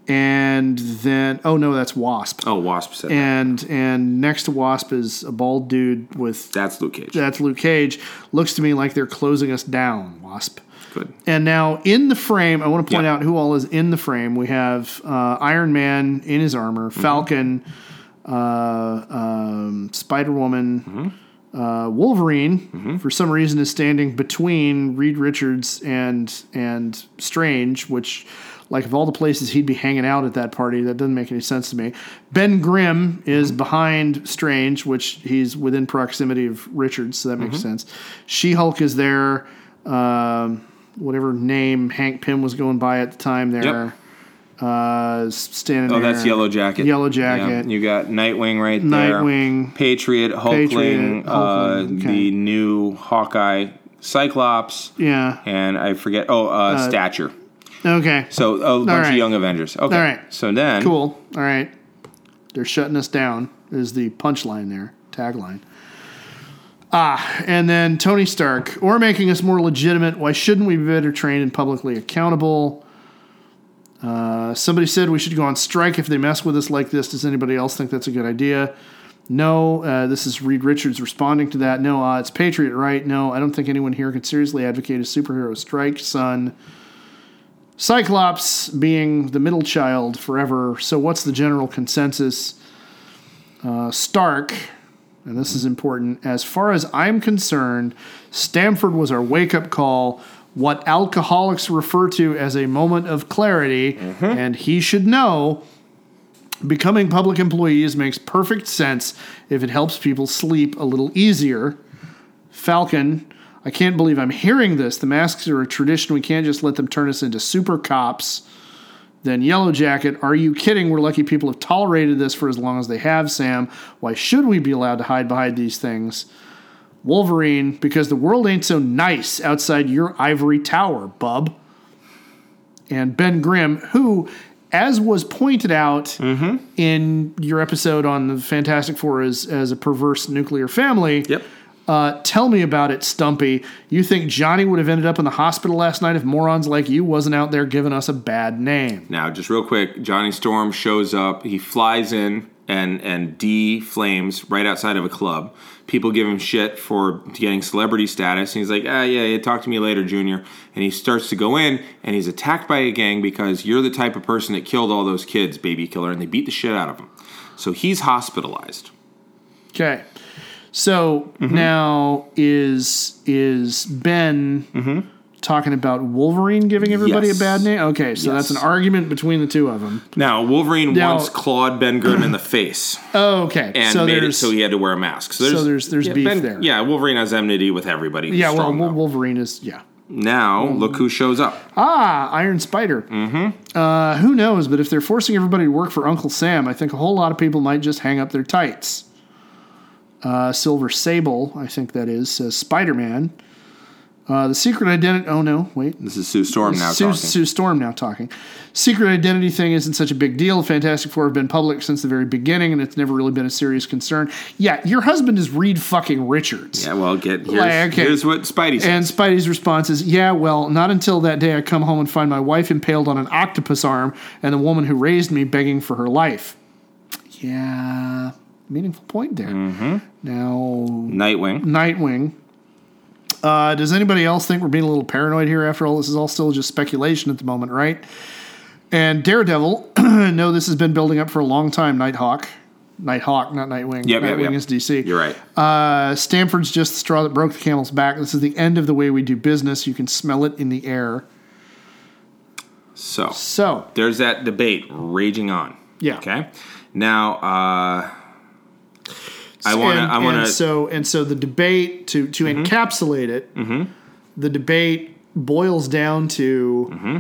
Speaker 1: And then, oh no, that's Wasp.
Speaker 2: Oh, Wasp said that.
Speaker 1: And and next to Wasp is a bald dude with
Speaker 2: That's Luke Cage.
Speaker 1: that's Luke Cage. Looks to me like they're closing us down, Wasp.
Speaker 2: Good.
Speaker 1: And now in the frame, I want to point
Speaker 2: Yeah.
Speaker 1: out who all is in the frame. We have uh, Iron Man in his armor, Falcon, uh, um, Spider Woman,
Speaker 2: Mm-hmm.
Speaker 1: uh, Wolverine. For some reason, is standing between Reed Richards and and Strange, which. Like of all the places he'd be hanging out at that party, that doesn't make any sense to me. Ben Grimm is
Speaker 2: Mm-hmm.
Speaker 1: behind Strange, which he's within proximity of Richards, so that makes
Speaker 2: Mm-hmm.
Speaker 1: sense. She Hulk is there. Um, whatever name Hank Pym was going by at the time there. Uh, s- standing
Speaker 2: Oh,
Speaker 1: there.
Speaker 2: that's Yellow Jacket.
Speaker 1: Yellow Jacket.
Speaker 2: You got Nightwing right there.
Speaker 1: Nightwing.
Speaker 2: Patriot, Hulkling,
Speaker 1: Patriot,
Speaker 2: uh,
Speaker 1: Hulkling, okay.
Speaker 2: the new Hawkeye, Cyclops,
Speaker 1: Yeah.
Speaker 2: and I forget. Oh, uh, Stature.
Speaker 1: Okay.
Speaker 2: So oh, a bunch
Speaker 1: right.
Speaker 2: of Young Avengers. Okay.
Speaker 1: All right.
Speaker 2: So then,
Speaker 1: Cool. All right. They're shutting us down, is the punchline there, tagline. Ah, and then Tony Stark, or making us more legitimate. Why shouldn't we be better trained and publicly accountable? Uh, somebody said we should go on strike if they mess with us like this. Does anybody else think that's a good idea? No, uh, this is Reed Richards responding to that. No, uh, it's Patriot, right? No, I don't think anyone here could seriously advocate a superhero strike, son. Cyclops being the middle child forever. So, what's the general consensus? Uh, Stark, and this is important, as far as I'm concerned, Stamford was our wake up call, what alcoholics refer to as a moment of clarity, and he should know. Becoming public employees makes perfect sense if it helps people sleep a little easier. Falcon, I can't believe I'm hearing this. The masks are a tradition. We can't just let them turn us into super cops. Then Yellow Jacket, are you kidding? We're lucky people have tolerated this for as long as they have, Sam. Why should we be allowed to hide behind these things? Wolverine, because the world ain't so nice outside your ivory tower, bub. And Ben Grimm, who, as was pointed out in your episode on the Fantastic Four as, as a perverse nuclear family,
Speaker 2: Yep.
Speaker 1: uh, tell me about it, Stumpy. You think Johnny would have ended up in the hospital last night if morons like you wasn't out there giving us a bad name?
Speaker 2: Now, just real quick, Johnny Storm shows up. He flies in and and deflames right outside of a club. People give him shit for getting celebrity status, and he's like, "Ah, yeah, yeah, talk to me later, Junior." And he starts to go in, and he's attacked by a gang because you're the type of person that killed all those kids, baby killer, and they beat the shit out of him. So he's hospitalized.
Speaker 1: Okay.
Speaker 2: Mm-hmm.
Speaker 1: So now is is Ben talking about Wolverine giving everybody
Speaker 2: Mm-hmm. Yes.
Speaker 1: a bad name? Okay, so that's an
Speaker 2: Yes.
Speaker 1: argument between the two of them.
Speaker 2: Now, Wolverine
Speaker 1: Now-
Speaker 2: once clawed Ben Grimm in the face
Speaker 1: Okay,
Speaker 2: and
Speaker 1: so
Speaker 2: made it
Speaker 1: there's
Speaker 2: so he had to wear a mask. So there's,
Speaker 1: there's- there's
Speaker 2: yeah,
Speaker 1: beef there.
Speaker 2: Yeah, Wolverine has enmity with everybody. He's
Speaker 1: yeah, well,
Speaker 2: strong,
Speaker 1: Wol-
Speaker 2: though.
Speaker 1: Wolverine is yeah.
Speaker 2: now
Speaker 1: Mm.
Speaker 2: look who shows up.
Speaker 1: Ah, Iron Spider. Mm-hmm. Uh, who knows? But if they're forcing everybody to work for Uncle Sam, I think a whole lot of people might just hang up their tights. Uh, Silver Sable, I think that is, says Spider Man. Uh, the secret identity. Oh no, wait.
Speaker 2: This is Sue Storm now
Speaker 1: Sue,
Speaker 2: talking.
Speaker 1: Sue Storm now talking. Secret identity thing isn't such a big deal. Fantastic Four have been public since the very beginning, and it's never really been a serious concern. Yeah, your husband is Reed fucking Richards.
Speaker 2: Yeah, well, get here's,
Speaker 1: Like, okay.
Speaker 2: here's what Spidey said.
Speaker 1: And Spidey's response is, "Yeah, well, not until that day I come home and find my wife impaled on an octopus arm, and the woman who raised me begging for her life." Yeah, meaningful point there.
Speaker 2: Mm-hmm.
Speaker 1: Now,
Speaker 2: Nightwing.
Speaker 1: Nightwing. Uh, does anybody else think we're being a little paranoid here? After all, this is all still just speculation at the moment, right? And Daredevil, no, this has been building up for a long time. Nighthawk, Nighthawk, not Nightwing.
Speaker 2: Yep, yep,
Speaker 1: Nightwing
Speaker 2: yep.
Speaker 1: is DC.
Speaker 2: You're right.
Speaker 1: Uh, Stanford's just the straw that broke the camel's back. This is the end of the way we do business. You can smell it in the air.
Speaker 2: So
Speaker 1: So,
Speaker 2: there's that debate raging on.
Speaker 1: yeah.
Speaker 2: Okay. Now, uh, I want to.
Speaker 1: And-
Speaker 2: I Mm-hmm. want
Speaker 1: and
Speaker 2: to.
Speaker 1: So and so the debate to to encapsulate it,
Speaker 2: Mm-hmm.
Speaker 1: the debate boils down to
Speaker 2: Mm-hmm.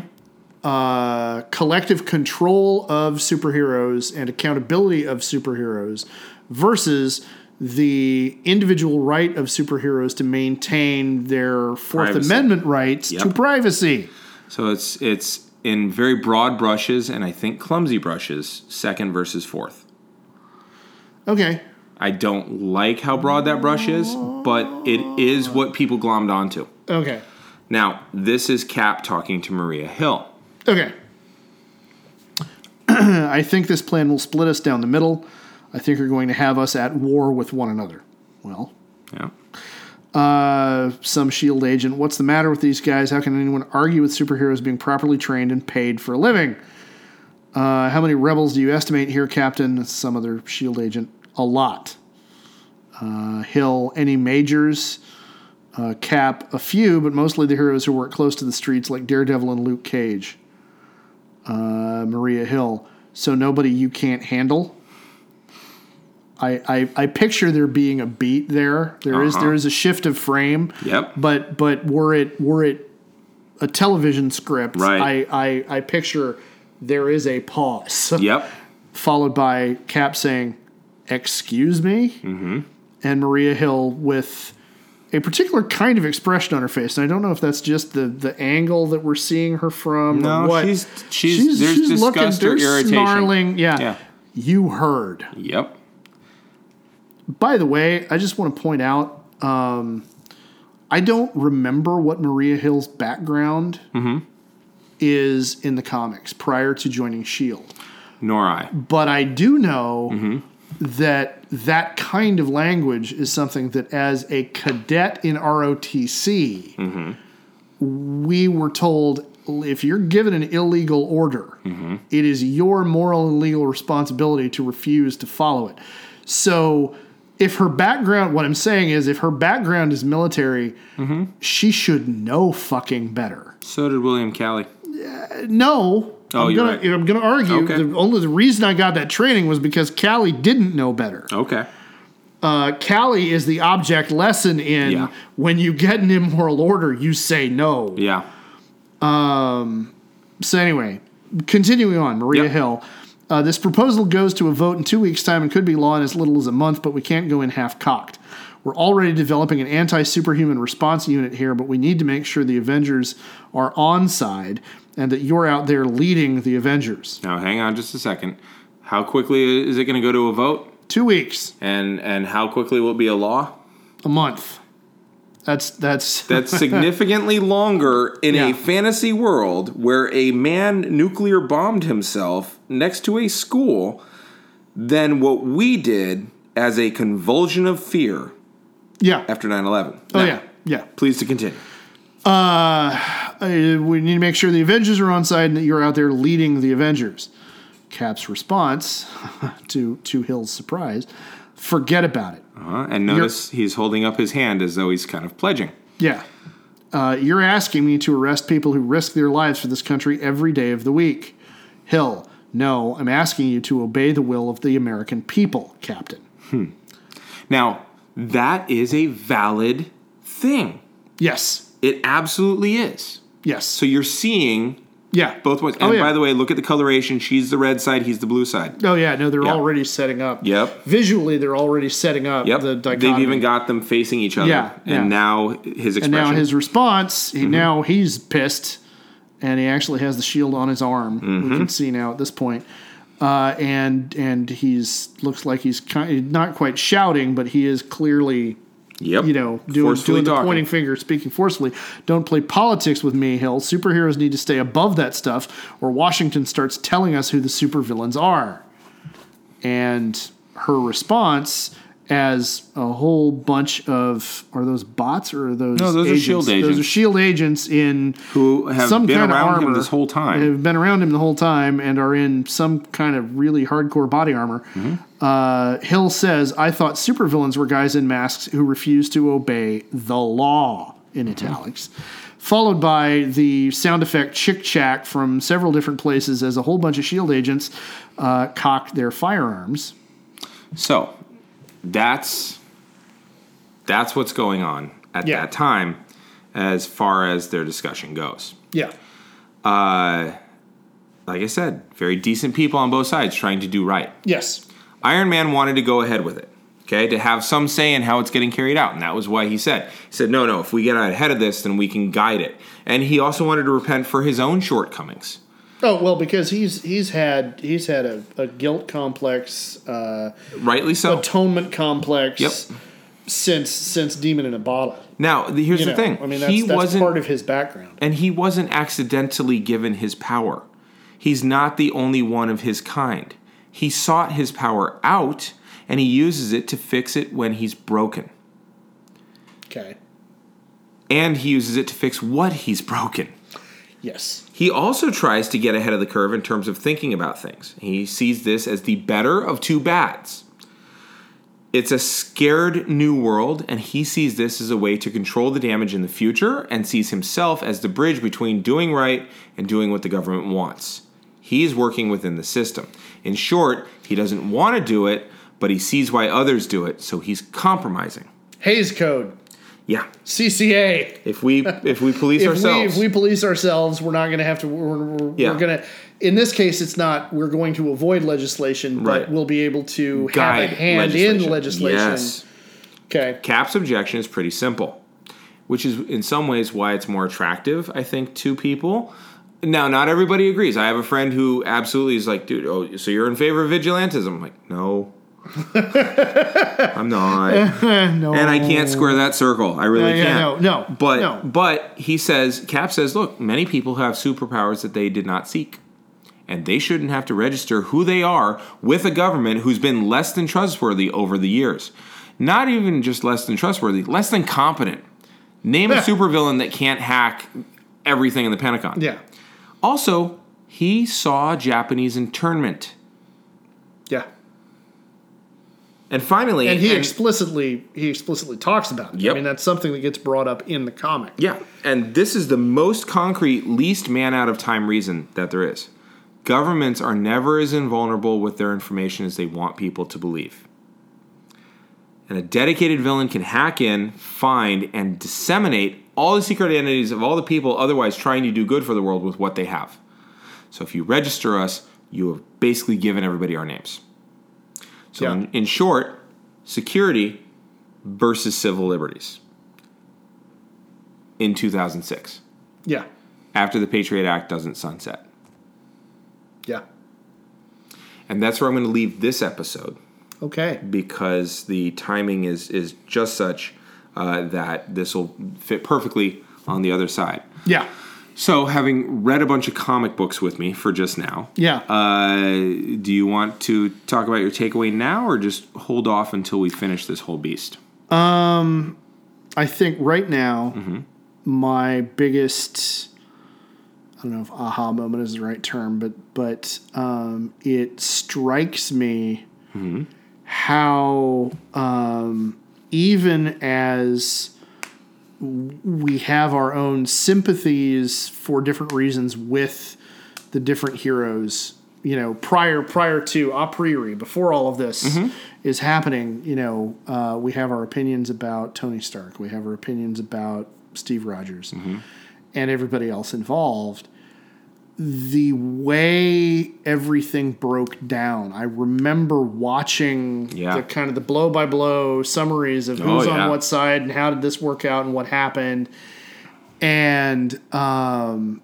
Speaker 1: uh, collective control of superheroes and accountability of superheroes versus the individual right of superheroes to maintain their Fourth
Speaker 2: Privacy.
Speaker 1: Amendment rights to
Speaker 2: Yep.
Speaker 1: privacy.
Speaker 2: so it's it's in very broad brushes and I think clumsy brushes. Second versus fourth.
Speaker 1: Okay.
Speaker 2: I don't like how broad that brush is, but it is what people glommed onto.
Speaker 1: Okay.
Speaker 2: Now, this is Cap talking to Maria Hill.
Speaker 1: Okay. I think this plan will split us down the middle. I think you're going to have us at war with one another. Well,
Speaker 2: Yeah.
Speaker 1: uh, some shield agent. What's the matter with these guys? How can anyone argue with superheroes being properly trained and paid for a living? Uh, how many rebels do you estimate here, Captain? Some other shield E agent. A lot. Uh, Hill. Any majors? Uh, Cap. A few, but mostly the heroes who work close to the streets, like Daredevil and Luke Cage. Uh, Maria Hill. So nobody you can't handle. I, I, I picture there being a beat there. There is
Speaker 2: Uh-huh.
Speaker 1: there is a shift of frame.
Speaker 2: Yep.
Speaker 1: But but were it were it a television script,
Speaker 2: Right.
Speaker 1: I, I I picture there is a pause
Speaker 2: Yep.
Speaker 1: followed by Cap saying, "Excuse me,"
Speaker 2: Mm-hmm.
Speaker 1: and Maria Hill with a particular kind of expression on her face. And I don't know if that's just the the angle that we're seeing her from. or
Speaker 2: No,
Speaker 1: what.
Speaker 2: she's she's, there's disgust or
Speaker 1: there's
Speaker 2: irritation.
Speaker 1: snarling. Yeah.
Speaker 2: Yeah.
Speaker 1: you heard.
Speaker 2: Yep.
Speaker 1: By the way, I just want to point out. Um, I don't remember what Maria Hill's background is in the comics prior to joining Shield.
Speaker 2: Nor I.
Speaker 1: but I do know that that kind of language is something that, as a cadet in ROTC, we were told if you're given an illegal order, it is your moral and legal responsibility to refuse to follow it. So, if her background, what I'm saying is, if her background is military, she should know fucking better.
Speaker 2: So did William Callie.
Speaker 1: No.
Speaker 2: Oh,
Speaker 1: I'm
Speaker 2: you're
Speaker 1: gonna,
Speaker 2: right.
Speaker 1: I'm going to argue.
Speaker 2: Okay.
Speaker 1: The only the reason I got that training was because Callie didn't know better.
Speaker 2: Okay.
Speaker 1: Uh, Callie is the object lesson in
Speaker 2: Yeah.
Speaker 1: when you get an immoral order, you say no.
Speaker 2: Yeah.
Speaker 1: So anyway, continuing on, Maria
Speaker 2: Yep.
Speaker 1: Hill. Uh, this proposal goes to a vote in two weeks' time and could be law in as little as a month, but we can't go in half cocked. We're already developing an anti superhuman response unit here, but we need to make sure the Avengers are on side and that you're out there leading the Avengers.
Speaker 2: Now hang on just a second. How quickly is it going to go to a vote?
Speaker 1: Two weeks.
Speaker 2: And and how quickly will it be a law?
Speaker 1: a month. That's that's
Speaker 2: That's significantly longer in
Speaker 1: Yeah.
Speaker 2: a fantasy world where a man nuclear bombed himself next to a school than what we did as a convulsion of fear
Speaker 1: yeah.
Speaker 2: after 9 11.
Speaker 1: Oh yeah, yeah.
Speaker 2: Please to continue.
Speaker 1: Uh, we need to make sure the Avengers are on side and that you're out there leading the Avengers. Cap's response to to Hill's surprise, forget about it.
Speaker 2: Uh-huh. And notice he's holding up his hand as though he's kind of pledging.
Speaker 1: Yeah. Uh, you're asking me to arrest people who risk their lives for this country every day of the week. Hill, no, I'm asking you to obey the will of the American people, Captain.
Speaker 2: Now, that is a valid thing.
Speaker 1: Yes.
Speaker 2: It absolutely is.
Speaker 1: Yes.
Speaker 2: So you're seeing
Speaker 1: yeah.
Speaker 2: both ones. And
Speaker 1: Oh, yeah.
Speaker 2: by the way, look at the coloration. She's the red side, he's the blue side.
Speaker 1: Oh yeah, no, they're
Speaker 2: Yeah.
Speaker 1: already setting up.
Speaker 2: Yep.
Speaker 1: Visually, they're already setting up
Speaker 2: Yep.
Speaker 1: the dichotomy.
Speaker 2: They've even got them facing each other.
Speaker 1: Yeah, yeah.
Speaker 2: And now his expression.
Speaker 1: and now his response.
Speaker 2: Mm-hmm.
Speaker 1: He, Now he's pissed, and he actually has the shield on his arm. We
Speaker 2: Mm-hmm.
Speaker 1: can see now at this point. Uh, and and he's looks like he's kind not quite shouting, but he is clearly
Speaker 2: yep.
Speaker 1: you know doing,
Speaker 2: Forcefully
Speaker 1: doing the
Speaker 2: talking.
Speaker 1: pointing finger, speaking forcefully. Don't play politics with me, Hill. Superheroes need to stay above that stuff, or Washington starts telling us who the supervillains are. And her response, as a whole bunch of are those bots or are those
Speaker 2: No, those are SHIELD
Speaker 1: Those are
Speaker 2: E agents.
Speaker 1: shield E agents in
Speaker 2: who have
Speaker 1: some
Speaker 2: been
Speaker 1: kind of
Speaker 2: around
Speaker 1: armor
Speaker 2: him this whole time.
Speaker 1: Have been around him the whole time and are in some kind of really hardcore body armor. Uh, Hill says, "I thought supervillains were guys in masks who refuse to obey the law." In italics, followed by the sound effect chick chack from several different places as a whole bunch of shield agents uh, cock their firearms.
Speaker 2: So that's that's what's going on at
Speaker 1: Yeah.
Speaker 2: that time as far as their discussion goes.
Speaker 1: Yeah,
Speaker 2: Like I said, very decent people on both sides trying to do right.
Speaker 1: yes,
Speaker 2: Iron Man wanted to go ahead with it, okay, to have some say in how it's getting carried out. And that was why he said, he said, no, no, if we get out ahead of this, then we can guide it. And he also wanted to repent for his own shortcomings.
Speaker 1: Oh well, because he's he's had he's had a, a guilt complex, uh,
Speaker 2: Rightly so.
Speaker 1: atonement complex
Speaker 2: Yep.
Speaker 1: since since Demon in a Bottle.
Speaker 2: Now, the- here's
Speaker 1: You
Speaker 2: the
Speaker 1: know,
Speaker 2: thing.
Speaker 1: I mean, that's,
Speaker 2: he
Speaker 1: that's
Speaker 2: wasn't
Speaker 1: part of his background.
Speaker 2: and he wasn't accidentally given his power. He's not the only one of his kind. He sought his power out and he uses it to fix it when he's broken.
Speaker 1: Okay.
Speaker 2: And he uses it to fix what he's broken.
Speaker 1: Yes.
Speaker 2: He also tries to get ahead of the curve in terms of thinking about things. He sees this as the better of two bads. It's a scared new world, and he sees this as a way to control the damage in the future and sees himself as the bridge between doing right and doing what the government wants. He's working within the system. In short, he doesn't want to do it, but he sees why others do it, so he's compromising.
Speaker 1: Hayes Code,
Speaker 2: Yeah.
Speaker 1: CCA.
Speaker 2: If we if we police
Speaker 1: If we,
Speaker 2: ourselves,
Speaker 1: if we police ourselves, we're not going to have to. We're, we're,
Speaker 2: Yeah.
Speaker 1: we're going to. In this case, it's not. We're going to avoid legislation,
Speaker 2: Right.
Speaker 1: but we'll be able to have a hand in legislation.
Speaker 2: Yes.
Speaker 1: Okay.
Speaker 2: Cap's objection is pretty simple, which is in some ways why it's more attractive, I think, to people. Now, not everybody agrees. I have a friend who absolutely is like, dude, oh, so you're in favor of vigilantism? I'm like, no. I'm not.
Speaker 1: No.
Speaker 2: And I can't square that circle. I really
Speaker 1: Oh. Yeah, yeah,
Speaker 2: can't.
Speaker 1: no, no,
Speaker 2: But
Speaker 1: no.
Speaker 2: but he says Cap says, look, many people have superpowers that they did not seek. And they shouldn't have to register who they are with a government who's been less than trustworthy over the years. Not even just less than trustworthy, less than competent. Name a supervillain that can't hack everything in the Pentagon.
Speaker 1: Yeah.
Speaker 2: Also, he saw Japanese internment.
Speaker 1: Yeah.
Speaker 2: And finally,
Speaker 1: And he explicitly he explicitly talks about it. I
Speaker 2: Yep.
Speaker 1: mean, that's something that gets brought up in the comic.
Speaker 2: Yeah, and this is the most concrete, least man out of time reason that there is. Governments are never as invulnerable with their information as they want people to believe. And a dedicated villain can hack in, find, and disseminate all the secret identities of all the people otherwise trying to do good for the world with what they have. So if you register us, you have basically given everybody our names. So,
Speaker 1: Yeah.
Speaker 2: in, in short, security versus civil liberties in 2006
Speaker 1: Yeah.
Speaker 2: after the Patriot Act doesn't sunset.
Speaker 1: Yeah.
Speaker 2: And that's where I'm going to leave this episode
Speaker 1: Okay.
Speaker 2: because the timing is is just such uh, that this will fit perfectly on the other side.
Speaker 1: Yeah.
Speaker 2: So, having read a bunch of comic books with me for just now,
Speaker 1: Yeah.
Speaker 2: uh, do you want to talk about your takeaway now, or just hold off until we finish this whole beast?
Speaker 1: I think right now my biggest I don't know if aha moment is the right term, but but um, it strikes me how um, even as we have our own sympathies for different reasons with the different heroes. You know, prior prior to a priori, before all of this is happening, you know, uh, we have our opinions about Tony Stark. We have our opinions about Steve Rogers and everybody else involved. The way everything broke down, I remember watching
Speaker 2: Yeah.
Speaker 1: the kind of the blow by blow summaries of who's
Speaker 2: Oh, yeah.
Speaker 1: on what side and how did this work out and what happened. And um,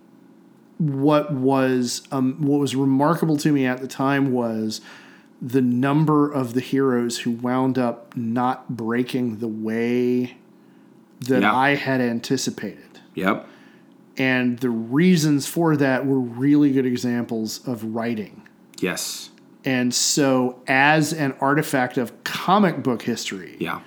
Speaker 1: what was um, what was remarkable to me at the time was the number of the heroes who wound up not breaking the way that
Speaker 2: Yeah.
Speaker 1: I had anticipated.
Speaker 2: Yep.
Speaker 1: And the reasons for that were really good examples of writing.
Speaker 2: Yes.
Speaker 1: And so, as an artifact of comic book history,
Speaker 2: Yeah.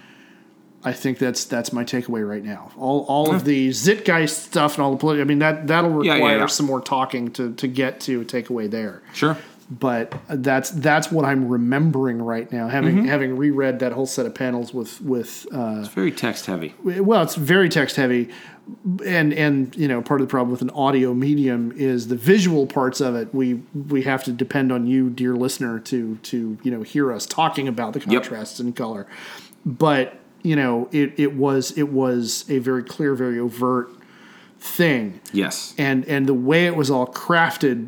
Speaker 1: I think that's that's my takeaway right now. All all of the Zitgeist stuff and all the political. I mean that that'll
Speaker 2: Yeah,
Speaker 1: require
Speaker 2: yeah, yeah.
Speaker 1: some more talking to to get to a takeaway there.
Speaker 2: Sure.
Speaker 1: But that's that's what I'm remembering right now. Having
Speaker 2: Mm-hmm.
Speaker 1: having reread that whole set of panels with with uh,
Speaker 2: It's very text heavy.
Speaker 1: well, it's very text heavy, and and you know part of the problem with an audio medium is the visual parts of it. We we have to depend on you, dear listener, to to you know hear us talking about the contrasts and color. But you know it it was it was a very clear, very overt thing,
Speaker 2: Yes.
Speaker 1: and and the way it was all crafted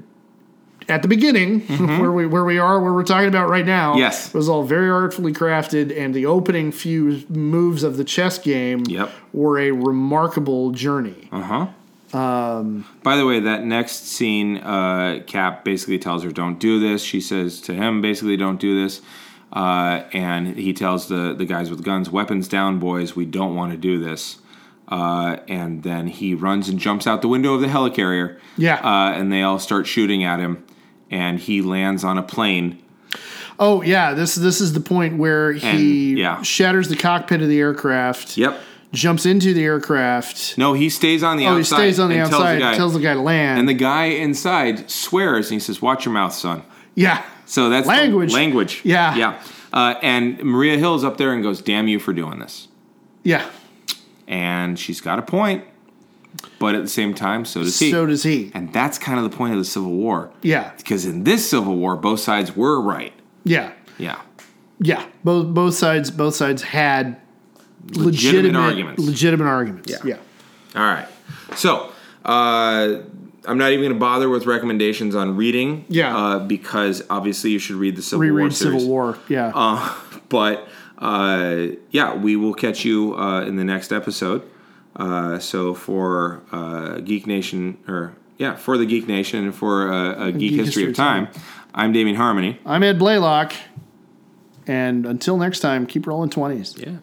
Speaker 1: at the beginning where we where we are where we're talking about right now
Speaker 2: Mm-hmm. Yes.
Speaker 1: was all very artfully crafted and the opening few moves of the chess game
Speaker 2: Yep.
Speaker 1: were a remarkable journey
Speaker 2: Uh huh. Um,
Speaker 1: Um,
Speaker 2: By the way, that next scene, uh, Cap basically tells her, "Don't do this." She says to him, "Basically, don't do this." Uh, and he tells the the guys with guns, "Weapons down, boys. We don't want to do this." Uh, and then he runs and jumps out the window of the helicarrier.
Speaker 1: Yeah.
Speaker 2: Uh, and they all start shooting at him, and he lands on a plane.
Speaker 1: oh yeah this this is the point where he
Speaker 2: And- yeah.
Speaker 1: shatters the cockpit of the aircraft
Speaker 2: Yep.
Speaker 1: jumps into the aircraft
Speaker 2: No, he stays on the
Speaker 1: oh he
Speaker 2: outside.
Speaker 1: stays on the
Speaker 2: and tells
Speaker 1: outside
Speaker 2: guy-
Speaker 1: tells the guy to land
Speaker 2: and the guy inside swears and he says, "Watch your mouth, son."
Speaker 1: yeah
Speaker 2: So that's the
Speaker 1: Language.
Speaker 2: language.
Speaker 1: Yeah.
Speaker 2: Yeah. Uh, and Maria Hill's up there and goes, "Damn you for doing this."
Speaker 1: yeah
Speaker 2: And she's got a point, but at the same time, so does he.
Speaker 1: so does he
Speaker 2: and that's kind of the point of the Civil War,
Speaker 1: yeah
Speaker 2: because in this Civil War, both sides were right.
Speaker 1: yeah
Speaker 2: Yeah.
Speaker 1: Yeah, both both sides both sides had legitimate,
Speaker 2: arguments.
Speaker 1: Legitimate arguments. Yeah.
Speaker 2: All right. So uh, I'm not even going to bother with recommendations on reading.
Speaker 1: Yeah.
Speaker 2: Uh, because obviously you should read the Civil War
Speaker 1: Reread
Speaker 2: series.
Speaker 1: Civil War. Yeah.
Speaker 2: Uh, but uh, yeah, we will catch you uh, in the next episode. Uh, so for uh, Geek Nation, or yeah, for the Geek Nation and for uh, a Geek, History, of Time, I'm Damien Harmony.
Speaker 1: I'm Ed Blaylock, and until next time, keep rolling twenties.
Speaker 2: Yeah.